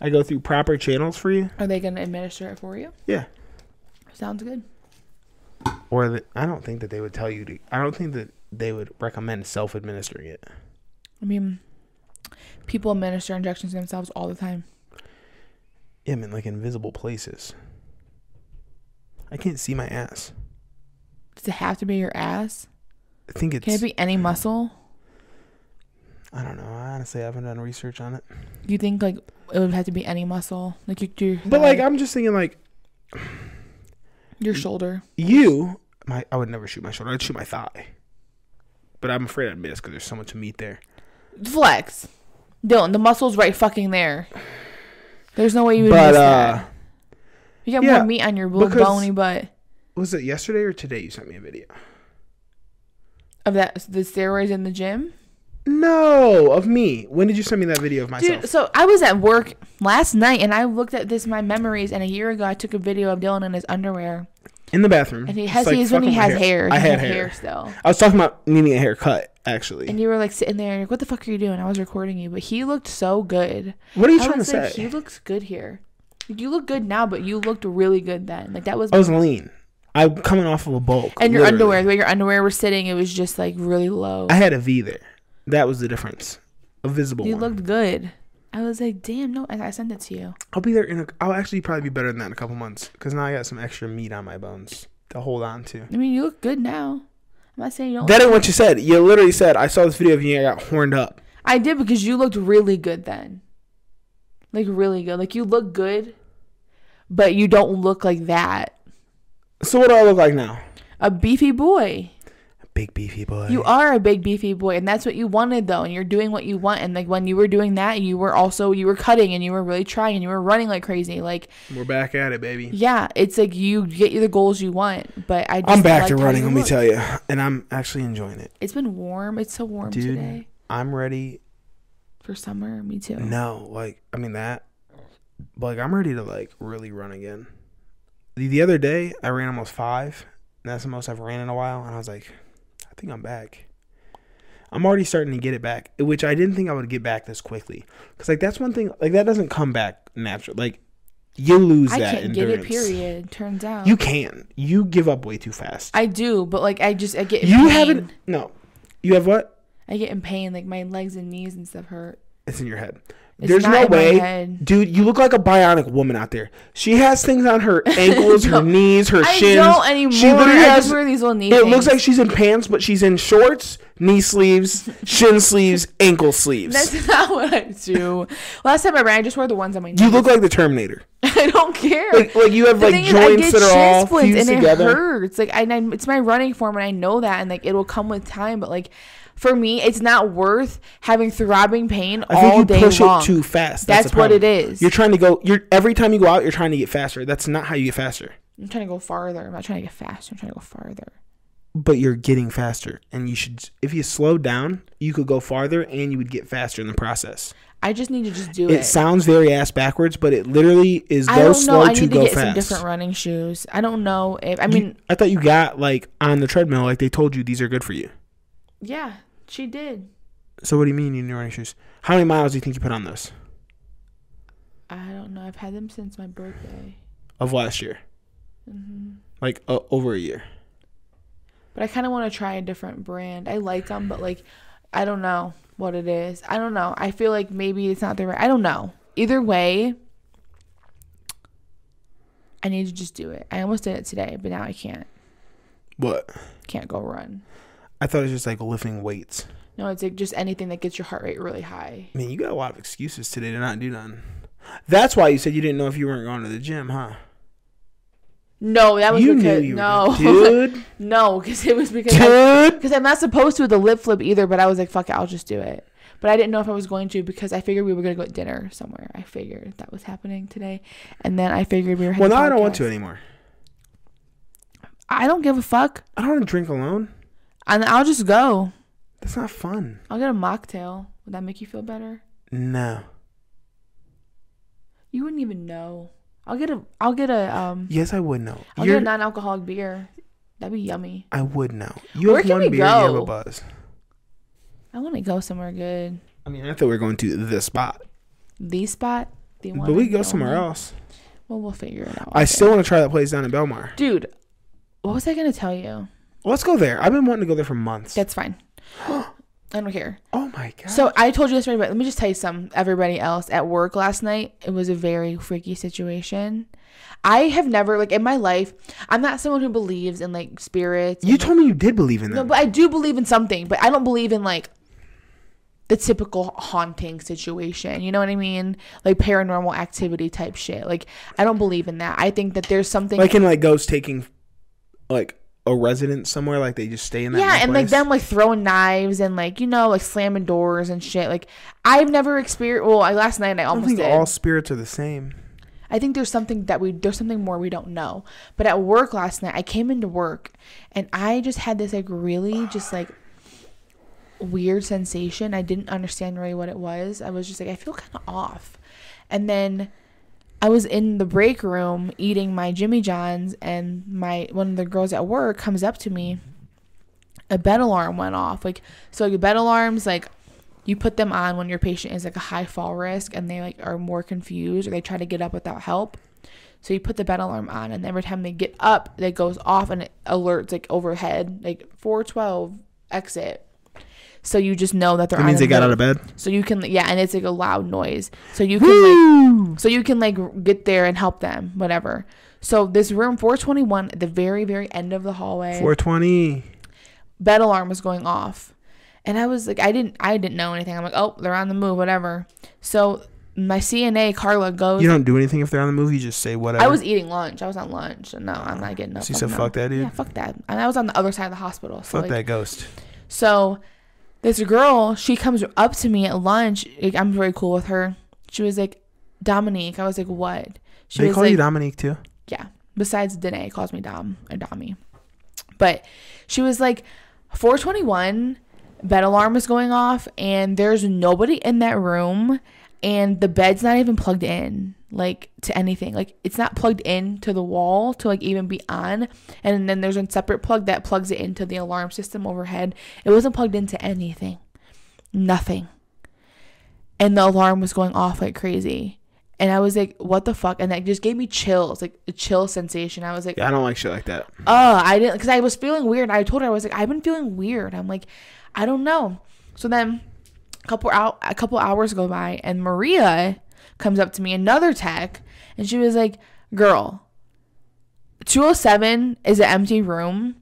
Speaker 2: I go through proper channels for you.
Speaker 1: Are they going to administer it for you?
Speaker 2: Yeah.
Speaker 1: Sounds good.
Speaker 2: Or the, I don't think that they would tell you to. I don't think that they would recommend self-administering it.
Speaker 1: I mean, people administer injections to themselves all the time.
Speaker 2: Yeah, I mean, like invisible places. I can't see my ass.
Speaker 1: Does it have to be your ass?
Speaker 2: I think it's.
Speaker 1: Can it be any muscle?
Speaker 2: I don't know. I honestly haven't done research on it.
Speaker 1: Do you think like it would have to be any muscle? Like your your,
Speaker 2: But like,
Speaker 1: thigh,
Speaker 2: I'm just thinking like
Speaker 1: your shoulder.
Speaker 2: you. My I would never shoot my shoulder. I'd shoot my thigh. But I'm afraid I'd miss because there's so much meat there.
Speaker 1: Flex. Dylan, the muscle's right fucking there. There's no way you would
Speaker 2: but
Speaker 1: miss
Speaker 2: uh,
Speaker 1: that. You got
Speaker 2: yeah,
Speaker 1: more meat on your little
Speaker 2: because-
Speaker 1: bony butt
Speaker 2: was it yesterday or today you sent me a video?
Speaker 1: of that the steroids in the gym.
Speaker 2: No, of me. When did you send me that video of myself?
Speaker 1: Dude, so I was at work last night and I looked at this my memories and a year ago I took a video of Dylan in his underwear
Speaker 2: In the bathroom.
Speaker 1: and he
Speaker 2: It's
Speaker 1: has
Speaker 2: like
Speaker 1: he's when he
Speaker 2: fucking my
Speaker 1: has hair.
Speaker 2: I
Speaker 1: He
Speaker 2: had
Speaker 1: had
Speaker 2: hair.
Speaker 1: still.
Speaker 2: I was talking about needing a haircut actually.
Speaker 1: And you were like sitting there, like, what the fuck are you doing? I was recording you, but he looked so good.
Speaker 2: what are you
Speaker 1: I
Speaker 2: trying to
Speaker 1: was
Speaker 2: say?
Speaker 1: like, he looks good here. Like, you look good now, but you looked really good then. Like that was.
Speaker 2: I was lean. I'm coming off of a bulk.
Speaker 1: and your
Speaker 2: literally.
Speaker 1: underwear, the way your underwear was sitting, it was just like really low.
Speaker 2: I had a V there. That was the difference. A visible
Speaker 1: you
Speaker 2: one.
Speaker 1: looked good. I was like, damn, no, and I sent it to you.
Speaker 2: I'll be there in a. I'll actually probably be better than that in a couple months because now I got some extra meat on my bones to hold on to.
Speaker 1: I mean, you look good now. I'm not saying you don't.
Speaker 2: That ain't what you said. You literally said, "I saw this video of you and I got horned up."
Speaker 1: I did because you looked really good then. Like really good. Like you look good, but you don't look like that.
Speaker 2: So what do I look like now?
Speaker 1: A beefy boy.
Speaker 2: Big beefy boy.
Speaker 1: You are a big beefy boy, and that's what you wanted though, and you're doing what you want. And like when you were doing that, you were also you were cutting and you were really trying and you were running like crazy. Like
Speaker 2: We're back at it, baby.
Speaker 1: yeah, it's like you get the goals you want, but I just
Speaker 2: I'm back
Speaker 1: liked
Speaker 2: to
Speaker 1: how
Speaker 2: running.
Speaker 1: you
Speaker 2: Let me
Speaker 1: looked.
Speaker 2: tell you, and I'm actually enjoying it,
Speaker 1: It's been warm. It's so warm
Speaker 2: dude.
Speaker 1: today
Speaker 2: I'm ready.
Speaker 1: for summer. Me too.
Speaker 2: No, like I mean that, but like I'm ready to like really run again. The, the other day I ran almost five, and that's the most I've ran in a while. And I was like, I think I'm back. I'm already starting to get it back, which I didn't think I would get back this quickly. Cause like that's one thing, like that doesn't come back natural. Like you lose
Speaker 1: I
Speaker 2: that
Speaker 1: can't
Speaker 2: endurance.
Speaker 1: get it. Period. Turns out
Speaker 2: You can. You give up way too fast.
Speaker 1: I do, but like I just I get in
Speaker 2: you
Speaker 1: pain.
Speaker 2: haven't. No, you have what?
Speaker 1: I get in pain. Like my legs and knees and stuff hurt.
Speaker 2: It's in your head.
Speaker 1: It's
Speaker 2: There's
Speaker 1: not
Speaker 2: no
Speaker 1: in my
Speaker 2: way
Speaker 1: head.
Speaker 2: Dude, you look like a bionic woman out there. She has things on her ankles, her knees, her
Speaker 1: I
Speaker 2: shins.
Speaker 1: don't anymore.
Speaker 2: She literally
Speaker 1: I
Speaker 2: has.
Speaker 1: just wear these little knee.
Speaker 2: It looks
Speaker 1: things.
Speaker 2: like she's in pants, but she's in shorts, knee sleeves, shin sleeves, ankle sleeves.
Speaker 1: That's not what I do. Last time I ran, I just wore the ones on my knees.
Speaker 2: You look like the Terminator.
Speaker 1: I don't care.
Speaker 2: Like, like you have
Speaker 1: the
Speaker 2: like
Speaker 1: thing is, I
Speaker 2: joints
Speaker 1: get
Speaker 2: that are
Speaker 1: shin
Speaker 2: all
Speaker 1: splints
Speaker 2: fused
Speaker 1: and it
Speaker 2: together.
Speaker 1: hurts. Like, I, and I- it's my running form, and I know that, and like it'll come with time. But like, for me, it's not worth having throbbing pain
Speaker 2: I think
Speaker 1: all
Speaker 2: you
Speaker 1: day
Speaker 2: push
Speaker 1: long.
Speaker 2: it too fast. That's,
Speaker 1: That's
Speaker 2: the
Speaker 1: what
Speaker 2: problem.
Speaker 1: it is.
Speaker 2: You're trying to go. You're every time you go out, you're trying to get faster. That's not how you get faster.
Speaker 1: I'm trying to go farther. I'm not trying to get faster. I'm trying to go farther.
Speaker 2: But you're getting faster, and you should. If you slowed down, you could go farther, and you would get faster in the process.
Speaker 1: I just need to just do
Speaker 2: It
Speaker 1: it.
Speaker 2: sounds very ass backwards, but it literally is
Speaker 1: I
Speaker 2: go
Speaker 1: don't know.
Speaker 2: slow
Speaker 1: I
Speaker 2: to
Speaker 1: need to
Speaker 2: go
Speaker 1: get some
Speaker 2: fast.
Speaker 1: different running shoes. I don't know if I
Speaker 2: I
Speaker 1: mean.
Speaker 2: mean, I thought you got like on the treadmill, like they told you these are good for you.
Speaker 1: yeah, she did.
Speaker 2: So what do you mean you need new running shoes? How many miles do you think you put on those
Speaker 1: I don't know. I've had them since my birthday.
Speaker 2: of last year?
Speaker 1: hmm
Speaker 2: Like uh, over a year.
Speaker 1: But I kind of want to try a different brand. I like them, but like, I don't know what it is. I don't know. I feel like maybe it's not the right. I don't know. Either way, I need to just do it. I almost did it today, but now I can't.
Speaker 2: What?
Speaker 1: Can't go run.
Speaker 2: I thought it was just like lifting weights.
Speaker 1: No, it's like just anything that gets your heart rate really high.
Speaker 2: Man, you got a lot of excuses today to not do nothing. That's why you said you didn't know if you weren't going to the gym, huh?
Speaker 1: No, that was
Speaker 2: you
Speaker 1: because no,
Speaker 2: dude,
Speaker 1: no, because it was because I-
Speaker 2: dude.
Speaker 1: Because I'm not supposed to with the lip flip either, but I was like, fuck it, I'll just do it. But I didn't know if I was going to because I figured we were going to go at dinner somewhere. I figured that was happening today. And then I figured we were
Speaker 2: Well,
Speaker 1: having
Speaker 2: now I don't want
Speaker 1: podcast.
Speaker 2: to anymore.
Speaker 1: I don't give a fuck.
Speaker 2: I don't want to drink alone.
Speaker 1: And I'll just go.
Speaker 2: That's not fun.
Speaker 1: I'll get a mocktail. Would that make you feel better?
Speaker 2: No.
Speaker 1: You wouldn't even know. I'll get a I'll get a um
Speaker 2: Yes, I would know.
Speaker 1: I'll
Speaker 2: You're,
Speaker 1: get a non-alcoholic beer. That'd be yummy.
Speaker 2: I would know. You
Speaker 1: Where
Speaker 2: have
Speaker 1: can
Speaker 2: one
Speaker 1: we
Speaker 2: beer, and you have
Speaker 1: go?
Speaker 2: a buzz.
Speaker 1: I want to go somewhere good.
Speaker 2: I mean, I thought we were going to the spot,
Speaker 1: The spot, the one.
Speaker 2: but we
Speaker 1: and
Speaker 2: could go
Speaker 1: the
Speaker 2: somewhere
Speaker 1: only.
Speaker 2: else.
Speaker 1: Well, we'll figure it out.
Speaker 2: I still want to try that place down in Belmar.
Speaker 1: Dude, what was I going to tell you?
Speaker 2: Let's go there. I've been wanting to go there for months.
Speaker 1: That's fine. I don't care.
Speaker 2: oh my god.
Speaker 1: So I told you this already, but let me just tell you something. Everybody else at work last night, it was a very freaky situation. I have never like in my life. I'm not someone who believes in like spirits.
Speaker 2: you told me you did believe in
Speaker 1: no,
Speaker 2: them.
Speaker 1: but I do believe in something, but I don't believe in like the typical haunting situation. You know what I mean? Like paranormal activity type shit. Like I don't believe in that. I think that there's something
Speaker 2: like in like ghosts taking, like a resident somewhere, like they just stay in that.
Speaker 1: yeah
Speaker 2: one
Speaker 1: and like
Speaker 2: place.
Speaker 1: them like throwing knives and like you know like slamming doors and shit like i've never experienced well I, last night i
Speaker 2: I don't
Speaker 1: almost
Speaker 2: think
Speaker 1: did
Speaker 2: all spirits are the same.
Speaker 1: i think there's something that we there's something more we don't know but at work last night i came into work and i just had this like really just like weird sensation i didn't understand really what it was i was just like i feel kind of off and then I was in the break room eating my Jimmy John's, and my one of the girls at work comes up to me. A bed alarm went off. Like so, like bed alarms, like you put them on when your patient is like a high fall risk, and they like are more confused or they try to get up without help. So you put the bed alarm on, and every time they get up, that goes off and it alerts like overhead, like four twelve exit. So you just know that they're.
Speaker 2: That
Speaker 1: on
Speaker 2: means
Speaker 1: a
Speaker 2: they got out
Speaker 1: note.
Speaker 2: of bed.
Speaker 1: So you can yeah, and it's like a loud noise. So you can like so you can like get there and help them, whatever. So this room 421 at the very very end of the hallway,
Speaker 2: Four twenty.
Speaker 1: bed alarm was going off. And I was like I didn't I didn't know anything. I'm like, "Oh, they're on the move, whatever." So my CNA Carla goes
Speaker 2: You don't do anything if they're on the move. You just say whatever.
Speaker 1: I was eating lunch. I was on lunch. No, I'm not getting up.
Speaker 2: So you
Speaker 1: I'm
Speaker 2: said,
Speaker 1: not-
Speaker 2: "Fuck that, dude."
Speaker 1: Yeah, fuck that. And I was on the other side of the hospital. So
Speaker 2: Fuck
Speaker 1: like,
Speaker 2: that ghost.
Speaker 1: So this girl, she comes up to me at lunch. Like, I'm very cool with her. She was like, Dominique. I was like, what? She
Speaker 2: They
Speaker 1: was
Speaker 2: call
Speaker 1: like,
Speaker 2: you Dominique too.
Speaker 1: yeah. Besides Danae calls me Dom or Dommy. But she was like, 421, bed alarm is going off, and there's nobody in that room, and the bed's not even plugged in, like to anything. Like it's not plugged in to the wall to like even be on. And then there's a separate plug that plugs it into the alarm system overhead. It wasn't plugged into anything. Nothing. And the alarm was going off like crazy. And I was like, what the fuck? And that just gave me chills, like a chill sensation. I was like,
Speaker 2: Yeah, I don't like shit like that.
Speaker 1: oh, I didn't, because I was feeling weird. I told her I was like, I've been feeling weird. I'm like, I don't know. So then, a couple out, a couple hours go by, and Maria comes up to me, another tech, and she was like, "Girl, 207 is an empty room,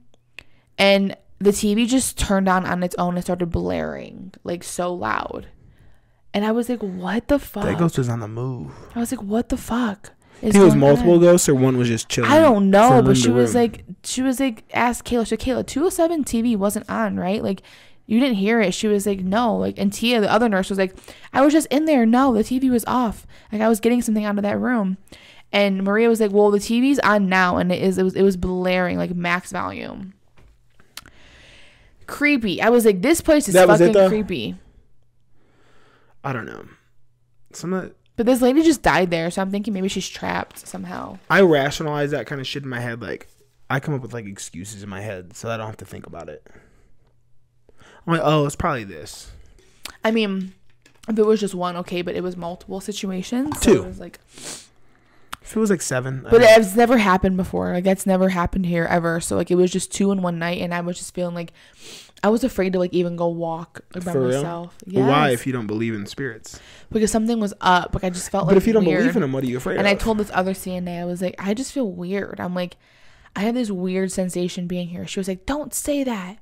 Speaker 1: and the TV just turned on on its own and started blaring like so loud." And I was like, "What the fuck?"
Speaker 2: That ghost was on the move.
Speaker 1: I was like, "What the fuck?"
Speaker 2: I
Speaker 1: is
Speaker 2: think it was
Speaker 1: going on?"
Speaker 2: multiple ghosts or one was just chilling.
Speaker 1: I don't know,
Speaker 2: from room
Speaker 1: but she
Speaker 2: to
Speaker 1: was
Speaker 2: room.
Speaker 1: like, she was like, asked Kayla. So Kayla, two hundred seven TV wasn't on, right? Like, you didn't hear it. She was like, no. Like, and Tia, the other nurse, was like, I was just in there. No, the TV was off. Like, I was getting something out of that room. And Maria was like, well, the TV's on now, and it is. It was. It was blaring like max volume. Creepy. I was like, this place is
Speaker 2: That was it,
Speaker 1: fucking
Speaker 2: though?
Speaker 1: creepy.
Speaker 2: I don't know. Some of the-
Speaker 1: But this lady just died there, so I'm thinking maybe she's trapped somehow.
Speaker 2: I rationalize that kind of shit in my head. Like I come up with like excuses in my head, so I don't have to think about it. I'm like, oh, it's probably this.
Speaker 1: I mean, if it was just one, okay, but it was multiple situations. So
Speaker 2: Two.
Speaker 1: It was like,
Speaker 2: If it was like seven, I
Speaker 1: But
Speaker 2: don't-
Speaker 1: it's never happened before. Like that's never happened here ever. So like it was just two in one night, and I was just feeling like I was afraid to like even go walk by
Speaker 2: For real?
Speaker 1: myself.
Speaker 2: But why?
Speaker 1: Yes.
Speaker 2: If you don't believe in spirits,
Speaker 1: because something was up. Like I just felt like
Speaker 2: but if you don't
Speaker 1: weird.
Speaker 2: believe in them, what are you afraid
Speaker 1: and
Speaker 2: of?
Speaker 1: I told this other CNA, I was like, I just feel weird. I'm like, I have this weird sensation being here. She was like, Don't say that.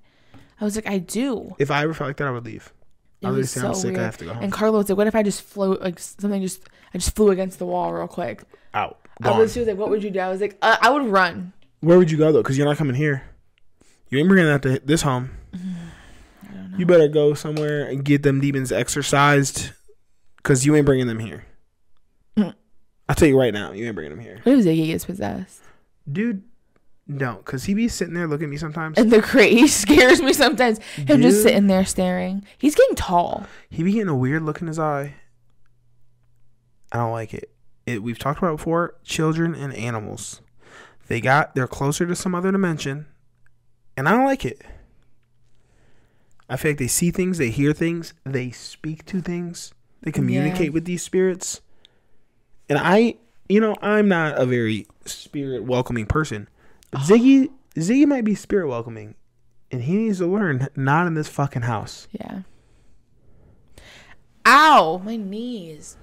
Speaker 1: I was like, I do.
Speaker 2: if I ever felt like that, I would leave.
Speaker 1: It
Speaker 2: I would
Speaker 1: was
Speaker 2: just say I'm
Speaker 1: so
Speaker 2: sick. I
Speaker 1: weird.
Speaker 2: have to go home.
Speaker 1: And Carla was like, What if I just float like something? Just I just flew against the wall real quick.
Speaker 2: Out.
Speaker 1: I
Speaker 2: Gone.
Speaker 1: was, she was like, What would you do? I was like, uh, I would run.
Speaker 2: Where would you go though? Because you're not coming here. You ain't bringing that to this home. You better go somewhere and get them demons exorcised, because you ain't bringing them here.
Speaker 1: Mm.
Speaker 2: I'll tell you right now, you ain't bringing them here,
Speaker 1: What if Ziggy gets possessed?
Speaker 2: dude. No, because he be sitting there looking at me sometimes.
Speaker 1: And the crate he scares me sometimes. Him just
Speaker 2: Dude.
Speaker 1: sitting there staring. He's getting tall.
Speaker 2: He be getting a weird look in his eye. I don't like it. It we've talked about it before. Children and animals, they got they're closer to some other dimension, and I don't like it. I feel like they see things, they hear things, they speak to things, they communicate with these spirits, and I, you know, I'm not a very spirit welcoming person. But Ziggy, Ziggy might be spirit welcoming, and he needs to learn not in this fucking house.
Speaker 1: Yeah. Ow, my knees.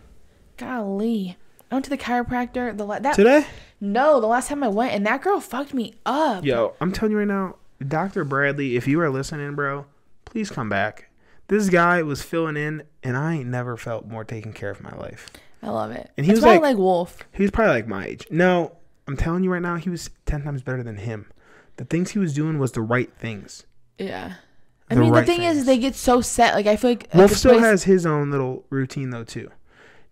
Speaker 1: Golly. I went to the chiropractor. The la- that
Speaker 2: Today.
Speaker 1: no, the last time I went, and that girl fucked me up.
Speaker 2: Yo, I'm telling you right now, Dr. Bradley, if you are listening, bro, please come back. This guy was filling in, and I ain't never felt more taken care of in my life.
Speaker 1: I love it. And
Speaker 2: And he
Speaker 1: he That's
Speaker 2: was
Speaker 1: why
Speaker 2: like-
Speaker 1: I like Wolf.
Speaker 2: He was probably like my age. No, I'm telling you right now, he was 10 times better than him. The things he was doing was the right things.
Speaker 1: Yeah. I
Speaker 2: The
Speaker 1: mean,
Speaker 2: right
Speaker 1: the thing
Speaker 2: things.
Speaker 1: is, they get so set. Like I feel like at
Speaker 2: Wolf
Speaker 1: this
Speaker 2: still
Speaker 1: place-
Speaker 2: has his own little routine, though, too.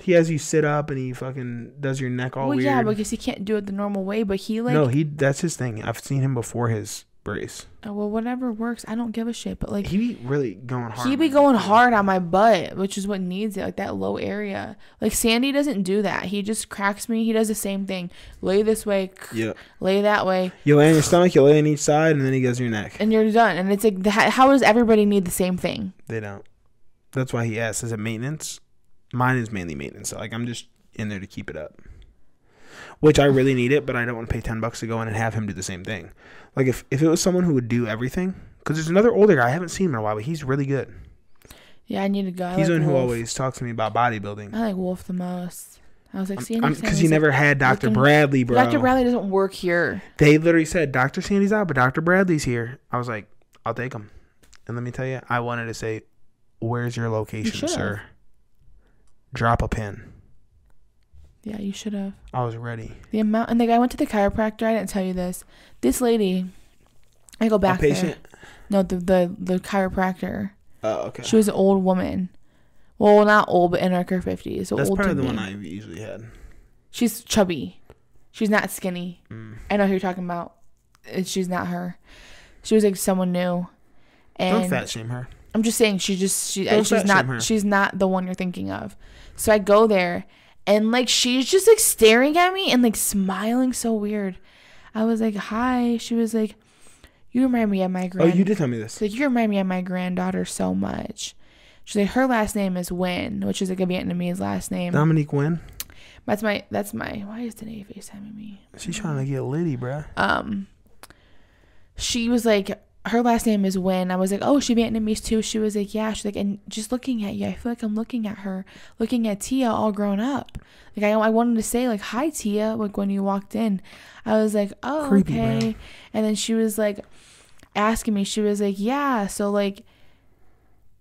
Speaker 2: He has you sit up and he fucking does your neck all
Speaker 1: Well,
Speaker 2: weird.
Speaker 1: yeah, because he can't do it the normal way. But he like,
Speaker 2: no, he that's his thing. I've seen him before his brace.
Speaker 1: oh, well, whatever works. I don't give a shit. But like,
Speaker 2: He be really going hard.
Speaker 1: he
Speaker 2: on
Speaker 1: be
Speaker 2: me.
Speaker 1: going hard on my butt, which is what needs it, like that low area. Like Sandy doesn't do that. He just cracks me. He does the same thing. Lay this way,
Speaker 2: Yeah.
Speaker 1: lay that way,
Speaker 2: You lay on your stomach, you lay on each side, and then he goes your neck.
Speaker 1: and you're done. And it's like, that, how does everybody need the same thing?
Speaker 2: They don't. That's why he asked, is it maintenance? Mine is mainly maintenance. Like I'm just in there to keep it up. Which I really need it, but I don't want to pay ten bucks to go in and have him do the same thing. Like if, if it was someone who would do everything, because there's another older guy I haven't seen him in a while, but he's really good.
Speaker 1: Yeah, I need to go. I
Speaker 2: he's the
Speaker 1: like
Speaker 2: one who
Speaker 1: Wolf.
Speaker 2: always talks to me about bodybuilding.
Speaker 1: I like Wolf the most. I was like, Sandy,
Speaker 2: Because
Speaker 1: Sandy's
Speaker 2: he
Speaker 1: like-
Speaker 2: never had Doctor
Speaker 1: looking-
Speaker 2: Bradley, bro.
Speaker 1: Dr. Bradley doesn't work here.
Speaker 2: They literally said Doctor Sandy's out, but Doctor Bradley's here. I was like, I'll take him. And let me tell you, I wanted to say, "Where's your location,
Speaker 1: should've.
Speaker 2: sir? Drop a pin."
Speaker 1: Yeah, you should have.
Speaker 2: I was ready.
Speaker 1: The amount, and like I went to the chiropractor. I didn't tell you this. This lady, I go back
Speaker 2: a patient.
Speaker 1: there. No, the the the chiropractor.
Speaker 2: Oh, okay.
Speaker 1: She was an old woman. Well, not old, but in like her fifties. So
Speaker 2: That's
Speaker 1: old
Speaker 2: probably
Speaker 1: to
Speaker 2: the
Speaker 1: me.
Speaker 2: one I usually had.
Speaker 1: She's chubby. She's not skinny.
Speaker 2: Mm.
Speaker 1: I know who you're talking about. And She's not her. She was like someone new. And
Speaker 2: Don't fat shame her.
Speaker 1: I'm just saying she just she
Speaker 2: Don't
Speaker 1: she's
Speaker 2: fat shame her.
Speaker 1: not she's not the one you're thinking of. So I go there and like she's just like staring at me and like smiling so weird. I was like, "Hi." She was like, "You remind me of my
Speaker 2: Oh,
Speaker 1: grand."
Speaker 2: you did tell me this.
Speaker 1: She's like, you remind me of my granddaughter so much. She's like, her last name is Nguyen, which is like a Vietnamese last name.
Speaker 2: Dominique Wynn.
Speaker 1: That's my, that's my, why is Danae FaceTiming me?
Speaker 2: She's trying to get Liddy, bruh.
Speaker 1: Um, she was like, her last name is Nguyen. I was like, oh, she Vietnamese too. She was like, yeah. She's like, and just looking at you, I feel like I'm looking at her, looking at Tia all grown up. Like, I, I wanted to say, like, hi, Tia, like when you walked in. I was like, oh,
Speaker 2: Creepy, bro.
Speaker 1: okay. And then she was like, asking me, she was like, yeah, so like,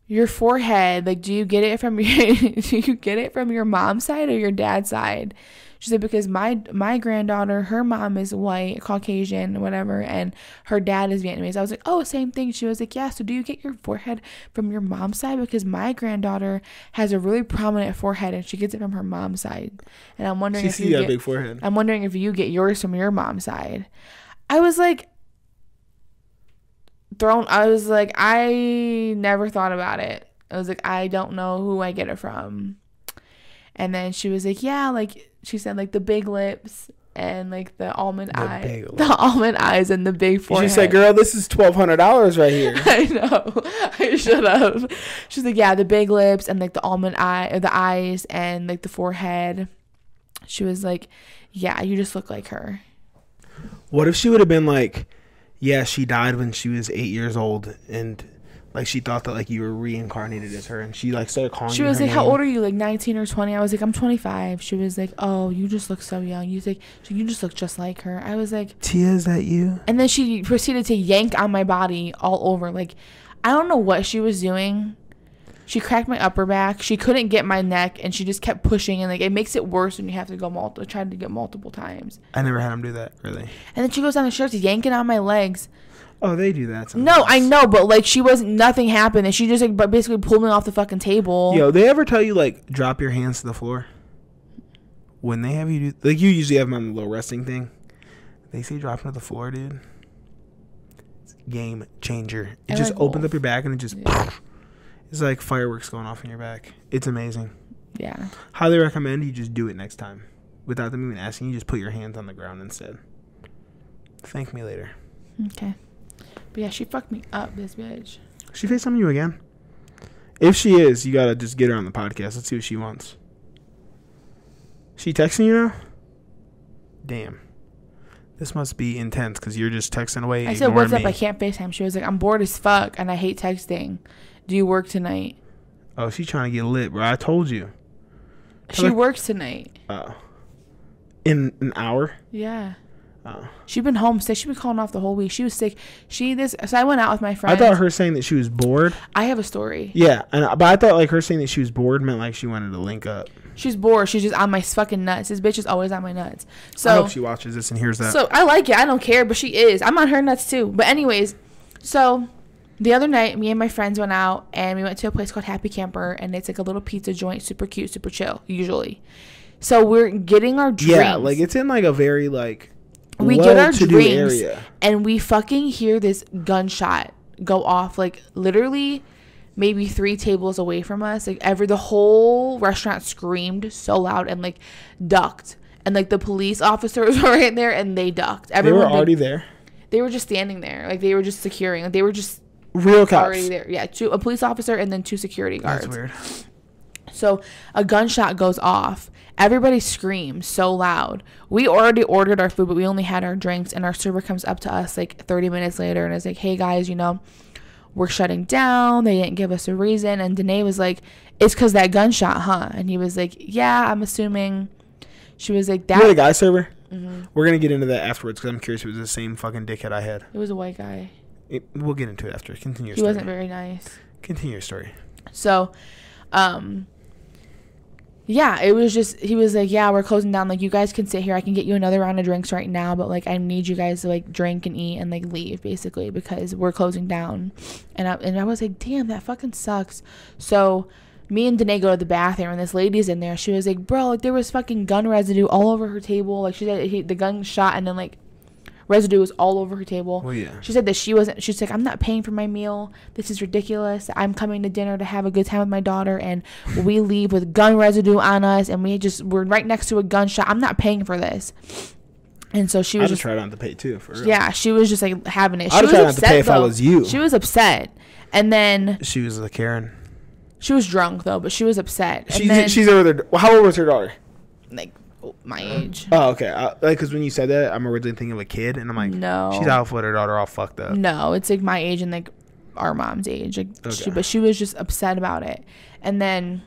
Speaker 1: your forehead like do you get it from your do you get it from your mom's side or your dad's side she said because my my granddaughter her mom is white caucasian whatever and her dad is vietnamese i was like oh same thing she was like yeah so do you get your forehead from your mom's side because my granddaughter has a really prominent forehead and she gets it from her mom's side and i'm wondering
Speaker 2: She
Speaker 1: if
Speaker 2: see
Speaker 1: you
Speaker 2: that
Speaker 1: get,
Speaker 2: big forehead.
Speaker 1: i'm wondering if you get yours from your mom's side i was like thrown I was like I never thought about it. I was like I don't know who I get it from. And then she was like, "Yeah, like she said like the big lips and like the almond
Speaker 2: The
Speaker 1: eye,
Speaker 2: big
Speaker 1: the almond eyes and the big
Speaker 2: She's
Speaker 1: forehead."
Speaker 2: just like, girl, this is twelve hundred dollars right here.
Speaker 1: I know. I should have. She's like, yeah, the big lips and like the almond eye, or the eyes and like the forehead. She was like, "Yeah, you just look like her."
Speaker 2: What if she would have been like, yeah, she died when she was eight years old, and like she thought that like you were reincarnated as her, and she like started calling.
Speaker 1: She
Speaker 2: you
Speaker 1: was
Speaker 2: her
Speaker 1: like, "How
Speaker 2: name.
Speaker 1: old are you? Like 19 or 20?" I was like, "I'm 25." She was like, "Oh, you just look so young." You like, "You just look just like her." I was like,
Speaker 2: Tia, is that you?
Speaker 1: and then she proceeded to yank on my body all over. Like, I don't know what she was doing. She cracked my upper back. She couldn't get my neck, and she just kept pushing. And like, it makes it worse when you have to go multiple, try to get multiple times.
Speaker 2: I never had them do that really.
Speaker 1: And then she goes down and she starts yanking on my legs.
Speaker 2: Oh, they do that.
Speaker 1: No, I
Speaker 2: sometimes.
Speaker 1: know, but like, she wasn't. Nothing happened, and she just like, but basically pulled me off the fucking table.
Speaker 2: Yo, they ever tell you like drop your hands to the floor? When they have you do like you usually have them on the little resting thing, they say drop them to the floor, dude. It's game changer.
Speaker 1: I
Speaker 2: It just
Speaker 1: like
Speaker 2: opens
Speaker 1: both.
Speaker 2: up your back and it just
Speaker 1: Yeah.
Speaker 2: it's like fireworks going off in your back. It's amazing.
Speaker 1: Yeah.
Speaker 2: Highly recommend you just do it next time. Without them even asking, you just put your hands on the ground instead. Thank me later.
Speaker 1: Okay. But yeah, she fucked me up, this bitch.
Speaker 2: Is She FaceTime you again? If she is, you gotta just get her on the podcast. Let's see what she wants. She texting you now? Damn. This must be intense because you're just texting away.
Speaker 1: I said, "What's up?
Speaker 2: ignoring
Speaker 1: I
Speaker 2: me."
Speaker 1: can't FaceTime." She was like, "I'm bored as fuck, and I hate texting. Do you work tonight?"
Speaker 2: Oh, she's trying to get lit, bro. I told you.
Speaker 1: She
Speaker 2: like-
Speaker 1: works tonight.
Speaker 2: Oh. In an hour?
Speaker 1: Yeah.
Speaker 2: Oh.
Speaker 1: She's been home sick. She's been calling off the whole week. She was sick. She this so I went out with my
Speaker 2: I
Speaker 1: friends. I,
Speaker 2: thought her saying that she was bored.
Speaker 1: have a story.
Speaker 2: Yeah, and, but I thought like her saying that she was bored meant like she wanted to link up.
Speaker 1: She's bored. She's just on my fucking nuts. This bitch is always on my nuts. So
Speaker 2: I hope she watches this and hears that.
Speaker 1: So I like it. I don't care, but she is. I'm on her nuts too. But anyways, so the other night, me and my friends went out and we went to a place called Happy Camper, and it's like a little pizza joint, super cute, super chill, usually. So we're getting our drinks.
Speaker 2: yeah, like it's in like a very like
Speaker 1: we get our
Speaker 2: well-to-do
Speaker 1: drinks, and we fucking hear this gunshot go off, like literally. Maybe three tables away from us, like every the whole restaurant screamed so loud and like ducked, and like the police officers were right there and they ducked.
Speaker 2: They were
Speaker 1: Everyone
Speaker 2: already there.
Speaker 1: they were just standing there like they were just securing like they were just
Speaker 2: Real cops.
Speaker 1: already there yeah two a police officer and then two security guards
Speaker 2: That's weird.
Speaker 1: so a gunshot goes off everybody screams so loud we already ordered our food but we only had our drinks and our server comes up to us like 30 minutes later and is like hey guys you know we're shutting down they didn't give us a reason and danae was like it's because that gunshot huh and he was like yeah i'm assuming she was like
Speaker 2: You had a
Speaker 1: that
Speaker 2: guy server.
Speaker 1: Mm-hmm.
Speaker 2: We're gonna get into that afterwards because I'm curious if it was the same fucking dickhead I had.
Speaker 1: it was a white guy
Speaker 2: It- we'll get into it after. Continue your
Speaker 1: he
Speaker 2: story.
Speaker 1: wasn't very nice
Speaker 2: Continue your story.
Speaker 1: So, um, yeah, it was just he was like, "Yeah, we're closing down. Like, you guys can sit here. I can get you another round of drinks right now, but like, I need you guys to like drink and eat and like leave basically because we're closing down." And I and I was like, "Damn, that fucking sucks." So. Me and Danae go to the bathroom, and this lady's in there. She was like, "Bro, like there was fucking gun residue all over her table. Like she said, he, the gun shot, and then like residue was all over her table."
Speaker 2: Well, yeah.
Speaker 1: She said that she wasn't. She's like, I'm not paying for my meal. This is ridiculous. I'm coming to dinner to have a good time with my daughter, and we leave with gun residue on us, and we just we're right next to a gunshot. I'm not paying for this. And so she
Speaker 2: I
Speaker 1: was
Speaker 2: just
Speaker 1: just,
Speaker 2: tried not to pay too. For real.
Speaker 1: yeah, she was just like having it. She
Speaker 2: I'd
Speaker 1: was
Speaker 2: try not to
Speaker 1: upset
Speaker 2: pay if I
Speaker 1: though.
Speaker 2: was you.
Speaker 1: She was upset, and then
Speaker 2: She was a Karen.
Speaker 1: she was drunk though, but she was upset. And
Speaker 2: She's
Speaker 1: then,
Speaker 2: she's over there. How old was her daughter?
Speaker 1: like my age.
Speaker 2: Oh, okay. I, like, because when you said that, I'm originally thinking of a kid, and I'm like,
Speaker 1: No,
Speaker 2: she's out with her daughter all fucked up.
Speaker 1: No, it's like my age and like our mom's age. Like she,
Speaker 2: Okay.
Speaker 1: but she was just upset about it. And then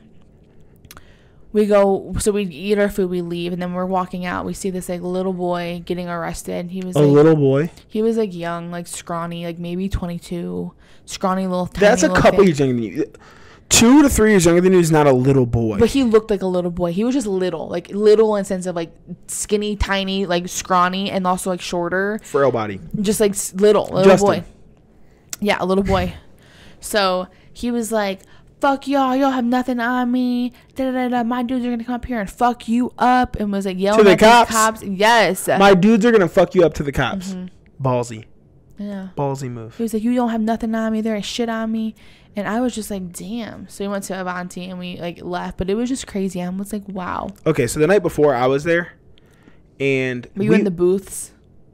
Speaker 1: we go, so we eat our food, we leave, and then we're walking out. We see this like little boy getting arrested. He was
Speaker 2: A
Speaker 1: like,
Speaker 2: little boy.
Speaker 1: he was like young, like scrawny, like maybe twenty two, scrawny little. Tiny
Speaker 2: That's a
Speaker 1: little
Speaker 2: couple
Speaker 1: thing.
Speaker 2: years younger than you. Two to three years younger than you is not a little boy.
Speaker 1: But he looked like a little boy. He was just little, like little in sense of like skinny, tiny, like scrawny, and also like shorter.
Speaker 2: Frail body.
Speaker 1: just like s- little little
Speaker 2: Justin.
Speaker 1: boy. Yeah, a little boy. so he was like, "Fuck y'all, y'all have nothing on me." Da, da, da, da. My dudes are gonna come up here and fuck you up, and was like yelling
Speaker 2: To the
Speaker 1: at these
Speaker 2: cops?
Speaker 1: cops. Yes.
Speaker 2: My dudes are gonna fuck you up to the cops.
Speaker 1: Mm-hmm.
Speaker 2: Ballsy.
Speaker 1: yeah.
Speaker 2: Ballsy move.
Speaker 1: He was like, "You don't have nothing on me. There ain't shit on me." And I was just like, "Damn!" So we went to Avanti and we like left, but it was just crazy. I was like, "Wow."
Speaker 2: Okay, so the night before I was there, and
Speaker 1: Were you
Speaker 2: we-
Speaker 1: in the booths?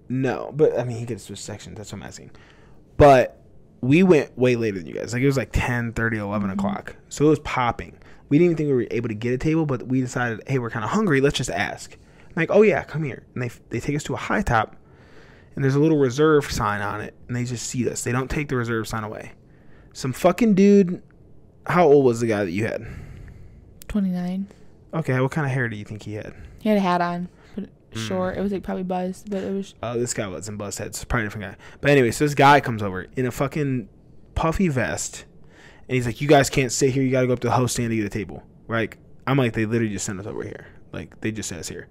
Speaker 2: no, but I mean he could switch sections. That's what I'm asking.
Speaker 1: Mhm.
Speaker 2: But we went way later than you guys. Like it was like 10, 30, 11 o'clock. So it was popping. We didn't even think we were able to get a table, but we decided, hey, we're kind of hungry. Let's just ask. like, oh yeah, come here. And they they take us to a high top, and there's a little reserve sign on it, and they just see us. They don't take the reserve sign away. Some fucking dude. How old was the guy that you had?
Speaker 1: 29.
Speaker 2: Okay, what kind of hair do you think he had?
Speaker 1: He had a hat on, but it was short. It was like probably buzzed, but it was.
Speaker 2: Oh, this guy wasn't bust heads. Probably a different guy. But anyway, so this guy comes over in a fucking puffy vest, and he's like, "You guys can't sit here. You got to go up to the host stand to get a table." We're Like, I'm like, they literally just sent us over here. Like, they just sent us here.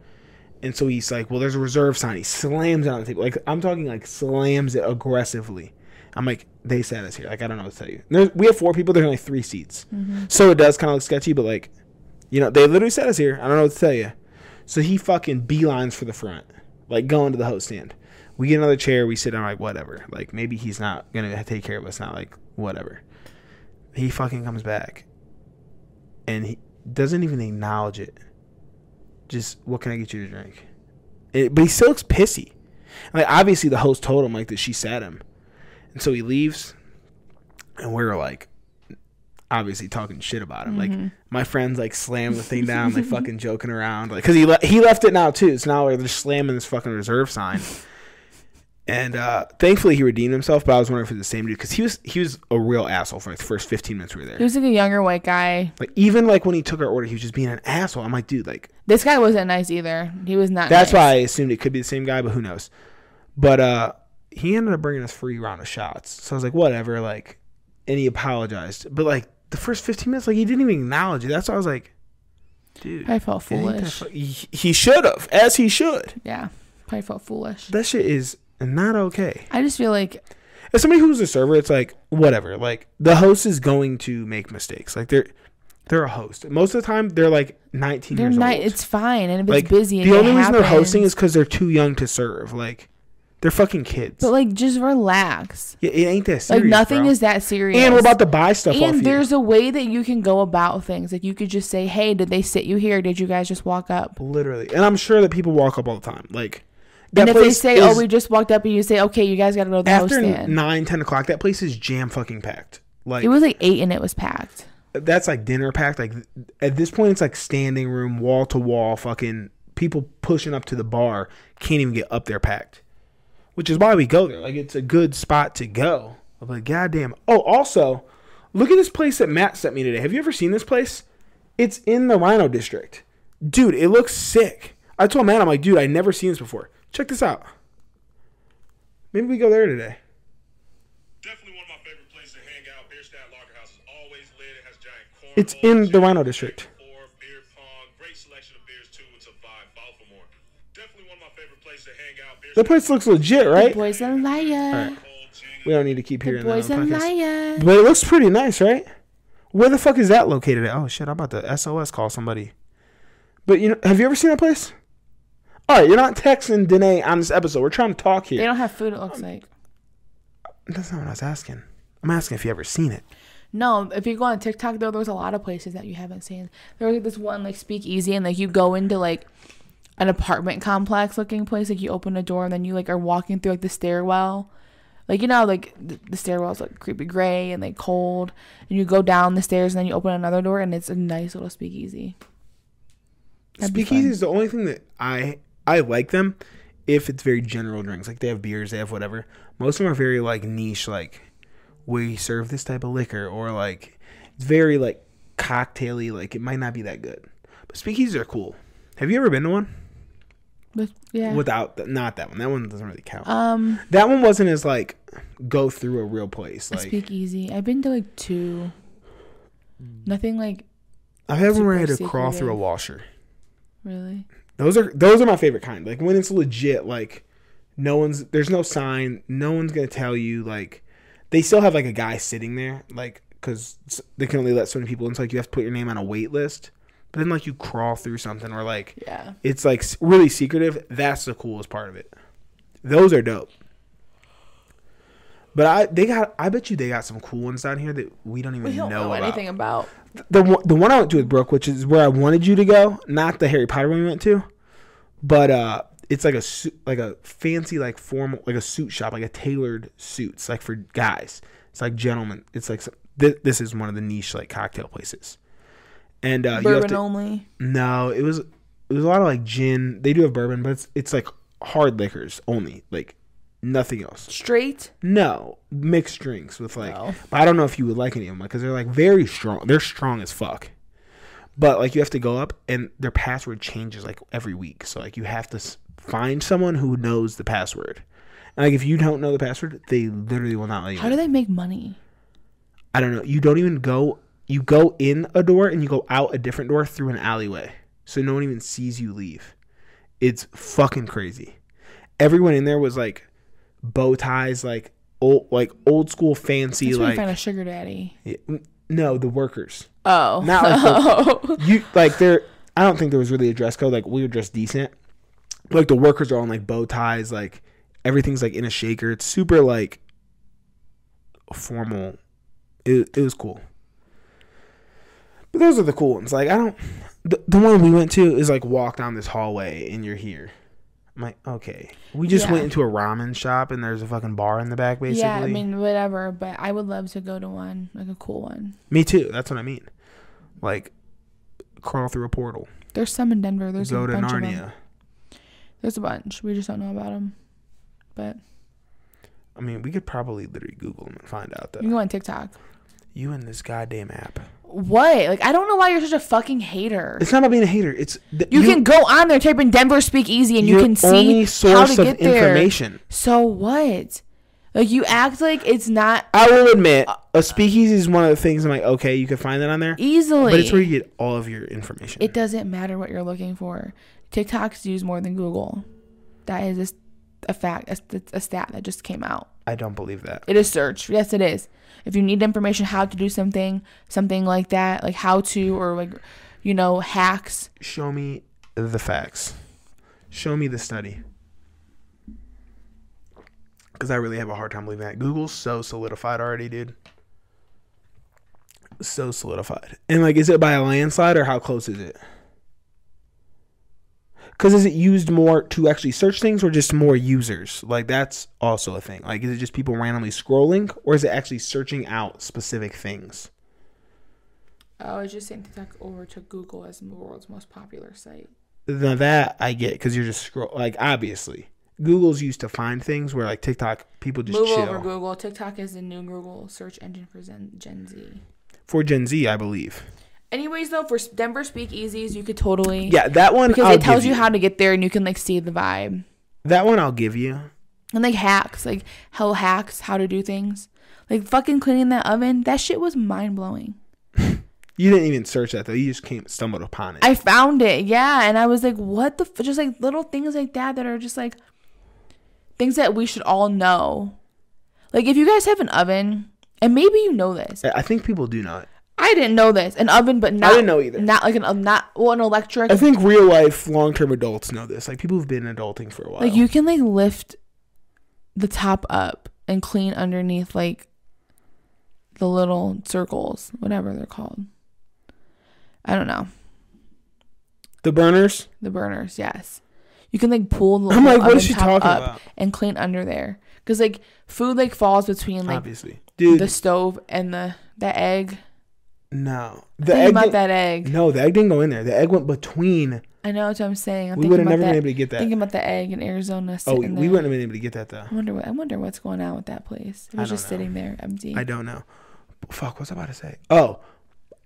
Speaker 2: And so he's like, "Well, there's a reserve sign." He slams it on the table. Like, I'm talking like slams it aggressively. I'm like, they sent us here. Like, I don't know what to tell you. There's, we have four people. There's only three seats, so it does kind of look sketchy. But like, you know, they literally sent us here. I don't know what to tell you. So he fucking beelines for the front, like going to the host stand. We get another chair, we sit down, like, whatever. Like, maybe he's not gonna take care of us now, like, whatever. He fucking comes back and he doesn't even acknowledge it. Just, what can I get you to drink? It, but he still looks pissy. Like, obviously, the host told him, like, that she sat him. And so he leaves, and we're like, obviously talking shit about him. Like my friends like slam the thing down, like fucking joking around, like because he le- he left it now too. So now like, they're slamming this fucking reserve sign. And uh, thankfully he redeemed himself, but I was wondering if it was the same dude because he was he was a real asshole for like the first fifteen minutes we were
Speaker 1: He
Speaker 2: there.
Speaker 1: was like a younger white guy.
Speaker 2: Like even like when he took our order, he was just being an asshole. I'm like, dude, like
Speaker 1: This guy wasn't nice either. He was not.
Speaker 2: that's
Speaker 1: nice.
Speaker 2: why I assumed it could be the same guy, but who knows? But uh, he ended up bringing us free round of shots, so I was like, whatever, like, and he apologized. But like the first fifteen minutes, like he didn't even acknowledge it. That's why I was like, dude,
Speaker 1: I felt
Speaker 2: it ain't that
Speaker 1: foolish.
Speaker 2: fu- he, he should have, as he should.
Speaker 1: Yeah, probably felt foolish.
Speaker 2: That shit is not okay.
Speaker 1: I just feel like
Speaker 2: As somebody who's a server, it's like whatever. Like the host is going to make mistakes. Like they're they're a host. Most of the time, they're like 19
Speaker 1: they're
Speaker 2: years
Speaker 1: not.
Speaker 2: old.
Speaker 1: It's fine, and if
Speaker 2: like
Speaker 1: it's busy, and
Speaker 2: the
Speaker 1: it
Speaker 2: only reason they're hosting
Speaker 1: happens-
Speaker 2: is because they're too young to serve. Like they're fucking kids.
Speaker 1: But like, just relax.
Speaker 2: Yeah, it ain't that serious.
Speaker 1: like nothing
Speaker 2: bro.
Speaker 1: is that serious.
Speaker 2: And we're about to buy stuff off
Speaker 1: And
Speaker 2: you.
Speaker 1: there's a way that you can go about things. Like you could just say, "Hey, did they sit you here? Did you guys just walk up?"
Speaker 2: Literally, and I'm sure that people walk up all the time. Like that
Speaker 1: And if they
Speaker 2: place
Speaker 1: say,
Speaker 2: is,
Speaker 1: "Oh, we just walked up," and you say, "Okay, you guys got to go to the host
Speaker 2: after
Speaker 1: stand."
Speaker 2: nine, ten o'clock, that place is jam fucking packed. Like
Speaker 1: it was like eight, and it was packed.
Speaker 2: that's like dinner packed. Like at this point, it's like standing room, wall to wall, fucking people pushing up to the bar can't even get up there packed, which is why we go there. Like it's a good spot to go. But goddamn. Oh, also, look at this place that Matt sent me today. Have you ever seen this place? It's in the Rhino District, dude. It looks sick. I told Matt, I'm like, dude, I never seen this before. Check this out. Maybe we go there today.
Speaker 3: Definitely one of my favorite places to hang out. Bierstadt Lager House is always lit. It has giant corn.
Speaker 2: It's in the Rhino District.
Speaker 3: Or beer pong. Great selection of beers too. It's a vibe. Baltimore. Definitely one of my favorite places to hang out.
Speaker 2: The
Speaker 3: Bierstadt
Speaker 2: place looks legit, right?
Speaker 1: Boys a liar.
Speaker 3: Cold
Speaker 2: We
Speaker 3: Gin.
Speaker 2: don't need to keep hearing
Speaker 1: Boys
Speaker 2: that
Speaker 1: a
Speaker 2: on the uh, podcast.
Speaker 1: liar.
Speaker 2: But it looks pretty nice, right? Where the fuck is that located at? Oh shit, I'm about to SOS call somebody. But you know, have you ever seen that place? All right, you're not texting Danae on this episode. We're trying to talk
Speaker 1: They
Speaker 2: here.
Speaker 1: don't have food. It looks like.
Speaker 2: That's not what I was asking. I'm asking if you ever seen it.
Speaker 1: No, if you go on TikTok though, there's a lot of places that you haven't seen. There was like this one like speakeasy, and like you go into like an apartment complex looking place. Like you open a door, and then you like are walking through like the stairwell. Like you know, like the, the stairwell's like creepy gray and like cold, and you go down the stairs, and then you open another door, and it's a nice little speakeasy. That'd be
Speaker 2: Speakeasy
Speaker 1: fun.
Speaker 2: is the only thing that I I like them if it's very general drinks. Like they have beers, they have whatever. Most of them are very like niche, like we serve this type of liquor or like it's very like cocktaily. Like it might not be that good. But speakeasies are cool. Have you ever been to one?
Speaker 1: But yeah,
Speaker 2: without th- not that one that one doesn't really count
Speaker 1: um,
Speaker 2: that one wasn't as like go through a real place
Speaker 1: a
Speaker 2: like
Speaker 1: speakeasy. I've been to like two.
Speaker 2: Mm.
Speaker 1: Nothing like
Speaker 2: i've had one where i had
Speaker 1: super
Speaker 2: to crawl through a
Speaker 1: secretive.
Speaker 2: washer
Speaker 1: really.
Speaker 2: those are those are my favorite kind like when it's legit like no one's there's no sign no one's gonna tell you like they still have like a guy sitting there like because they can only let so many people in so like you have to put your name on a wait list but then like you crawl through something or like
Speaker 1: Yeah.
Speaker 2: it's like s- really secretive. That's the coolest part of it. Those are dope. But I they got I bet you they got some cool ones down here that we don't even
Speaker 1: We don't
Speaker 2: know,
Speaker 1: know,
Speaker 2: about.
Speaker 1: anything about.
Speaker 2: The one- the one I went to with Brooke, which is where I wanted you to go, not the Harry Potter one we went to, but uh, it's like a suit, like a fancy like formal like a suit shop, like a tailored suits, like for guys. It's like gentlemen. It's like some, th- this is one of the niche like cocktail places, and uh, you have
Speaker 1: Bourbon
Speaker 2: to,
Speaker 1: only.
Speaker 2: no, it was it was a lot of like gin. They do have bourbon, but it's it's like hard liquors only, like nothing else.
Speaker 1: Straight.
Speaker 2: No mixed drinks with like.
Speaker 1: No.
Speaker 2: But I don't know if you would like any of them because they're like very strong. They're strong as fuck. But like you have to go up and their password changes like every week. So like you have to s- find someone who knows the password. And like if you don't know the password, they literally will not let you.
Speaker 1: How
Speaker 2: in.
Speaker 1: do they make money?
Speaker 2: I don't know. You don't even go. You go in a door and you go out a different door through an alleyway, so no one even sees you leave. It's fucking crazy. Everyone in there was like bow ties, like old, like old school fancy,
Speaker 1: That's where you
Speaker 2: like
Speaker 1: find a sugar daddy.
Speaker 2: Yeah, n- no, the workers.
Speaker 1: Oh.
Speaker 2: Not like You like there. I don't think there was really a dress code. Like we were dressed decent. Like the workers are on like bow ties, like everything's like in a shaker. It's super like formal. It it was cool. But those are the cool ones. Like I don't. The, the one we went to is like walk down this hallway and you're here. I'm like, okay. We just
Speaker 1: Yeah.
Speaker 2: went into a ramen shop and there's a fucking bar in the back basically.
Speaker 1: Yeah, I mean whatever, but I would love to go to one, like a cool one.
Speaker 2: Me too. That's what I mean. Like crawl through a portal.
Speaker 1: There's some in Denver. There's
Speaker 2: go
Speaker 1: a
Speaker 2: to
Speaker 1: bunch of them.
Speaker 2: Narnia.
Speaker 1: There's a bunch. We just don't know about them. But
Speaker 2: I mean, we could probably literally Google them and find out
Speaker 1: you can
Speaker 2: that
Speaker 1: go on TikTok.
Speaker 2: you and this goddamn app.
Speaker 1: What? Like I don't know why you're such a fucking hater.
Speaker 2: It's not about being a hater. It's that
Speaker 1: You, can go on there, type in Denver Speakeasy, and you
Speaker 2: your
Speaker 1: can see how to get there.
Speaker 2: information.
Speaker 1: So what? Like you act like it's not
Speaker 2: I will admit, a speakeasy is one of the things I'm like, okay, you can find that on there,
Speaker 1: Uh, easily.
Speaker 2: but it's where you get all of your information.
Speaker 1: it doesn't matter what you're looking for. TikTok's used more than Google. That is a, s- a fact, a, st- a stat that just came out.
Speaker 2: I don't believe that.
Speaker 1: It is search. Yes, it is. If you need information, how to do something, something like that, like how to or like, you know, hacks.
Speaker 2: Show me the facts. Show me the study. Because I really have a hard time believing that. Google's so solidified already, dude. So solidified. And, like, is it by a landslide or how close is it? Because is it used more to actually search things or just more users? Like, that's also a thing. Like, is it just people randomly scrolling or is it actually searching out specific things?
Speaker 1: Oh, it's just saying TikTok over to Google as the world's most popular site.
Speaker 2: Now that I get because you're just scroll like obviously Google's used to find things where like TikTok people just
Speaker 1: Move
Speaker 2: chill
Speaker 1: over Google. TikTok is the new Google search engine for Zen- Gen Z.
Speaker 2: for Gen Z, I believe.
Speaker 1: Anyways, though, for Denver Speakeasies, you could totally
Speaker 2: Yeah, that one
Speaker 1: because
Speaker 2: I'll
Speaker 1: it tells
Speaker 2: give
Speaker 1: you how to get there and you can like see the vibe
Speaker 2: that one I'll give you.
Speaker 1: and like hacks, like hell hacks, how to do things, like fucking cleaning that oven. That shit was mind blowing.
Speaker 2: You didn't even search that though. You just came stumbled upon it.
Speaker 1: I found it, yeah, and I was like, what the f-? just like little things like that that are just like things that we should all know. Like if you guys have an oven, and maybe you know this,
Speaker 2: I, I think people do not.
Speaker 1: I didn't know this, an oven, but not
Speaker 2: didn't know either.
Speaker 1: Not like an um, not well an electric.
Speaker 2: I think real life long term adults know this. Like people who've been adulting for a while.
Speaker 1: Like you can like lift the top up and clean underneath like the little circles, whatever they're called. I don't know.
Speaker 2: the burners.
Speaker 1: The burners, yes. You can like pull the
Speaker 2: I'm
Speaker 1: little
Speaker 2: like, what is
Speaker 1: oven
Speaker 2: she
Speaker 1: top
Speaker 2: talking
Speaker 1: up
Speaker 2: about?
Speaker 1: and clean under there. Cause like food like falls between like
Speaker 2: obviously, dude.
Speaker 1: the stove and the the egg.
Speaker 2: no, the
Speaker 1: Think
Speaker 2: egg.
Speaker 1: about
Speaker 2: didn't-
Speaker 1: that egg.
Speaker 2: No, the egg didn't go in there. The egg went between.
Speaker 1: I know that's what I'm saying. I'm
Speaker 2: we would
Speaker 1: thinking about
Speaker 2: have never
Speaker 1: that.
Speaker 2: been able to get that.
Speaker 1: thinking about the egg in Arizona.
Speaker 2: oh,
Speaker 1: Sitting
Speaker 2: we
Speaker 1: there.
Speaker 2: wouldn't have been able to get that though.
Speaker 1: I wonder. What, I wonder what's going on with that place. It
Speaker 2: I
Speaker 1: was
Speaker 2: don't
Speaker 1: just
Speaker 2: know.
Speaker 1: sitting there empty.
Speaker 2: I don't know. Fuck, what's I about to say? Oh,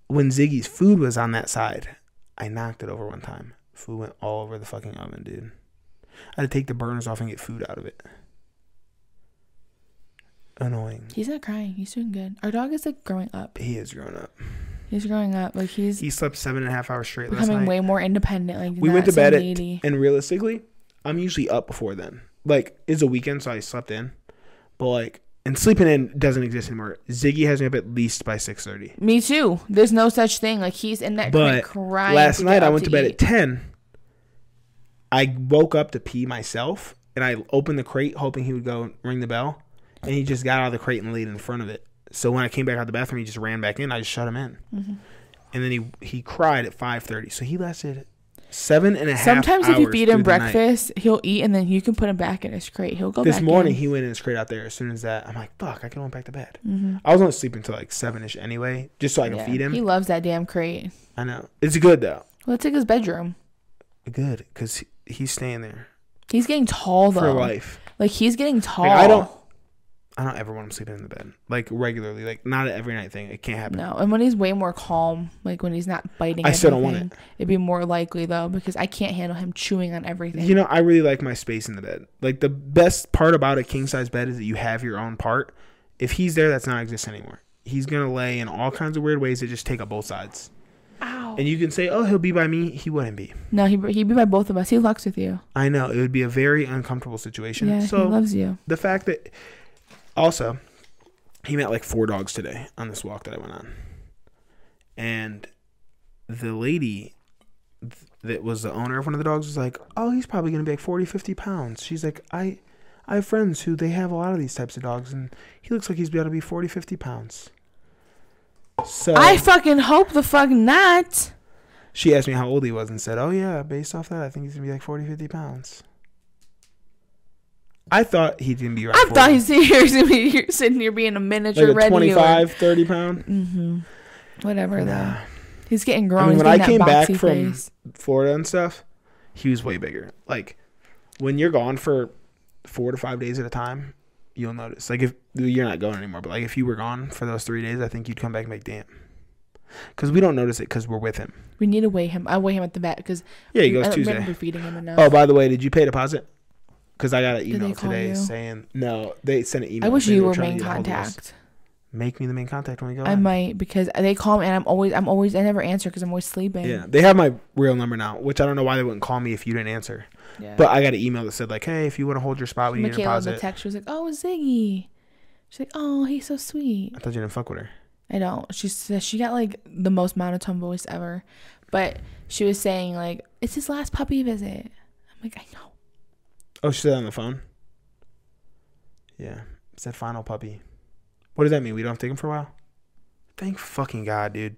Speaker 2: when Ziggy's food was on that side, I knocked it over one time. Food went all over the fucking oven, dude. I had to take the burners off and get food out of it. Annoying.
Speaker 1: He's not crying. He's doing good. Our dog is like growing up.
Speaker 2: He is grown up.
Speaker 1: He's growing up. Like he's
Speaker 2: He slept seven and a half hours straight last
Speaker 1: becoming
Speaker 2: night.
Speaker 1: way more independent. Like
Speaker 2: we
Speaker 1: not
Speaker 2: went to
Speaker 1: so
Speaker 2: bed at,
Speaker 1: needy.
Speaker 2: and realistically, I'm usually up before then. Like it's a weekend, so I slept in, but like and sleeping in doesn't exist anymore. Ziggy has me up at least by six thirty.
Speaker 1: Me too. There's no such thing. Like he's in that
Speaker 2: But
Speaker 1: crib crying.
Speaker 2: last
Speaker 1: get
Speaker 2: night I
Speaker 1: up
Speaker 2: went to bed at
Speaker 1: eat.
Speaker 2: 10. I woke up to pee myself and I opened the crate hoping he would go and ring the bell. And he just got out of the crate and laid in front of it. So when I came back out the bathroom, he just
Speaker 1: Mm-hmm.
Speaker 2: ran back in. I just shut him in. And then he he cried at 5:30. So he lasted Seven and a half.
Speaker 1: Sometimes if you
Speaker 2: hours
Speaker 1: feed
Speaker 2: through
Speaker 1: him
Speaker 2: the night.
Speaker 1: breakfast, he'll eat and then you can put him back in his crate. He'll go
Speaker 2: This
Speaker 1: back
Speaker 2: morning
Speaker 1: in.
Speaker 2: he went in straight out there. As soon as that, I'm like, fuck, I can went back to bed. I was only sleeping till like seven ish anyway, just so I can
Speaker 1: Mm-hmm. Yeah,
Speaker 2: feed him.
Speaker 1: He loves that damn crate.
Speaker 2: I know it's good though.
Speaker 1: Well, let's take his bedroom.
Speaker 2: Good because he's staying there
Speaker 1: He's getting tall though.
Speaker 2: for life.
Speaker 1: Like he's getting tall.
Speaker 2: Like, I don't.
Speaker 1: Oh.
Speaker 2: I don't ever want him sleeping in the bed like regularly, like not an every night thing. It can't happen.
Speaker 1: No, and when he's way more calm, like when he's not biting,
Speaker 2: I still don't want
Speaker 1: everything, It'd be more likely though because I can't handle him chewing on everything.
Speaker 2: You know, I really like my space in the bed. Like the best part about a king size bed is that you have your own part. If he's there, that's not exist anymore. He's gonna lay in all kinds of weird ways that just take up both sides.
Speaker 1: Ow.
Speaker 2: And you can say, "Oh, he'll be by me." He wouldn't be.
Speaker 1: No, he he'd be by both of us. He fucks with you.
Speaker 2: I know it would be a very uncomfortable situation.
Speaker 1: Yeah,
Speaker 2: so
Speaker 1: he loves you.
Speaker 2: the fact that also he met like four dogs today on this walk that I went on, and the lady th- that was the owner of one of the dogs was like, "Oh, he's probably gonna be like 40, 50 pounds." She's like, "I, I have friends who they have a lot of these types of dogs, and he looks like he's got to be 40, 50 pounds." So
Speaker 1: I fucking hope the fuck not.
Speaker 2: she asked me how old he was and said, Oh, yeah, based off that, I think he's going to be like 40, 50 pounds. I thought he didn't be right.
Speaker 1: I thought he's here you're sitting here being a miniature
Speaker 2: like a
Speaker 1: red
Speaker 2: 25, 30 pound.
Speaker 1: Mm-hmm. Whatever
Speaker 2: Nah.
Speaker 1: though. He's getting grown.
Speaker 2: I mean,
Speaker 1: He's
Speaker 2: when I
Speaker 1: getting
Speaker 2: came
Speaker 1: that
Speaker 2: back
Speaker 1: boxy
Speaker 2: from
Speaker 1: face.
Speaker 2: Florida and stuff, he was way bigger. Like, when you're gone for four to five days at a time, you'll notice. Like, if you're not going anymore, but like, if you were gone for those three days, I think you'd come back and be like, damn. Because we don't notice it because we're with him.
Speaker 1: we need to weigh him. I weigh him at the vet because
Speaker 2: Yeah, he goes Tuesday.
Speaker 1: We're feeding him enough.
Speaker 2: Oh, by the way, did you pay deposit? Because I got an
Speaker 1: they
Speaker 2: email
Speaker 1: call
Speaker 2: today
Speaker 1: you?
Speaker 2: saying no. They sent an email.
Speaker 1: I wish
Speaker 2: saying
Speaker 1: you
Speaker 2: they
Speaker 1: were
Speaker 2: trying
Speaker 1: main
Speaker 2: to get a hold of us.
Speaker 1: contact.
Speaker 2: Make me the main contact when we go.
Speaker 1: I
Speaker 2: in.
Speaker 1: might because they call me and I'm always I'm always I never answer because I'm always sleeping.
Speaker 2: Yeah, they have my real number now, which I don't know why they wouldn't call me if you didn't answer.
Speaker 1: Yeah.
Speaker 2: But I got an email that said like, "Hey, if you want to hold your spot, we need a
Speaker 1: Michaela the
Speaker 2: deposit."
Speaker 1: text she was like, "Oh Ziggy," she's like, "Oh he's so sweet."
Speaker 2: I thought you didn't fuck with her.
Speaker 1: I don't. She says she got like the most monotone voice ever, but she was saying like, "It's his last puppy visit." I'm like, I know.
Speaker 2: Oh, she said that on the phone. Yeah, it said final puppy. What does that mean? We don't have to take him for a while. Thank fucking god, dude.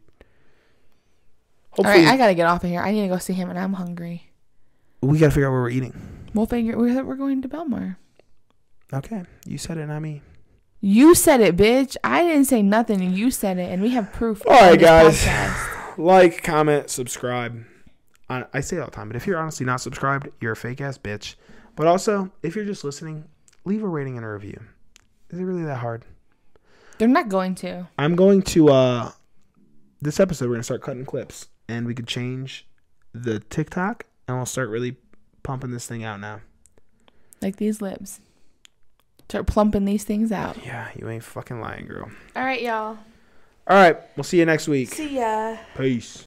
Speaker 2: Hopefully,
Speaker 1: All right, I gotta get off of here. I need to go see him, and I'm hungry.
Speaker 2: we gotta figure out where we're eating.
Speaker 1: We'll figure. We're we're going to Belmar.
Speaker 2: Okay, you said it, not me.
Speaker 1: You said it, bitch. I didn't say nothing, and you said it, and we have proof.
Speaker 2: All right,
Speaker 1: on this
Speaker 2: guys.
Speaker 1: podcast.
Speaker 2: like, comment, subscribe. I, I say it all the time, but if you're honestly not subscribed, you're a fake ass bitch. But also, if you're just listening, leave a rating and a review. Is it really that hard?
Speaker 1: They're not going to.
Speaker 2: I'm going to uh this episode we're gonna start cutting clips and we could change the TikTok and we'll start really pumping this thing out now.
Speaker 1: Like these lips. Start plumping these things out.
Speaker 2: Yeah, you ain't fucking lying, girl.
Speaker 1: All right, y'all.
Speaker 2: All right, we'll see you next week.
Speaker 1: See ya.
Speaker 2: Peace.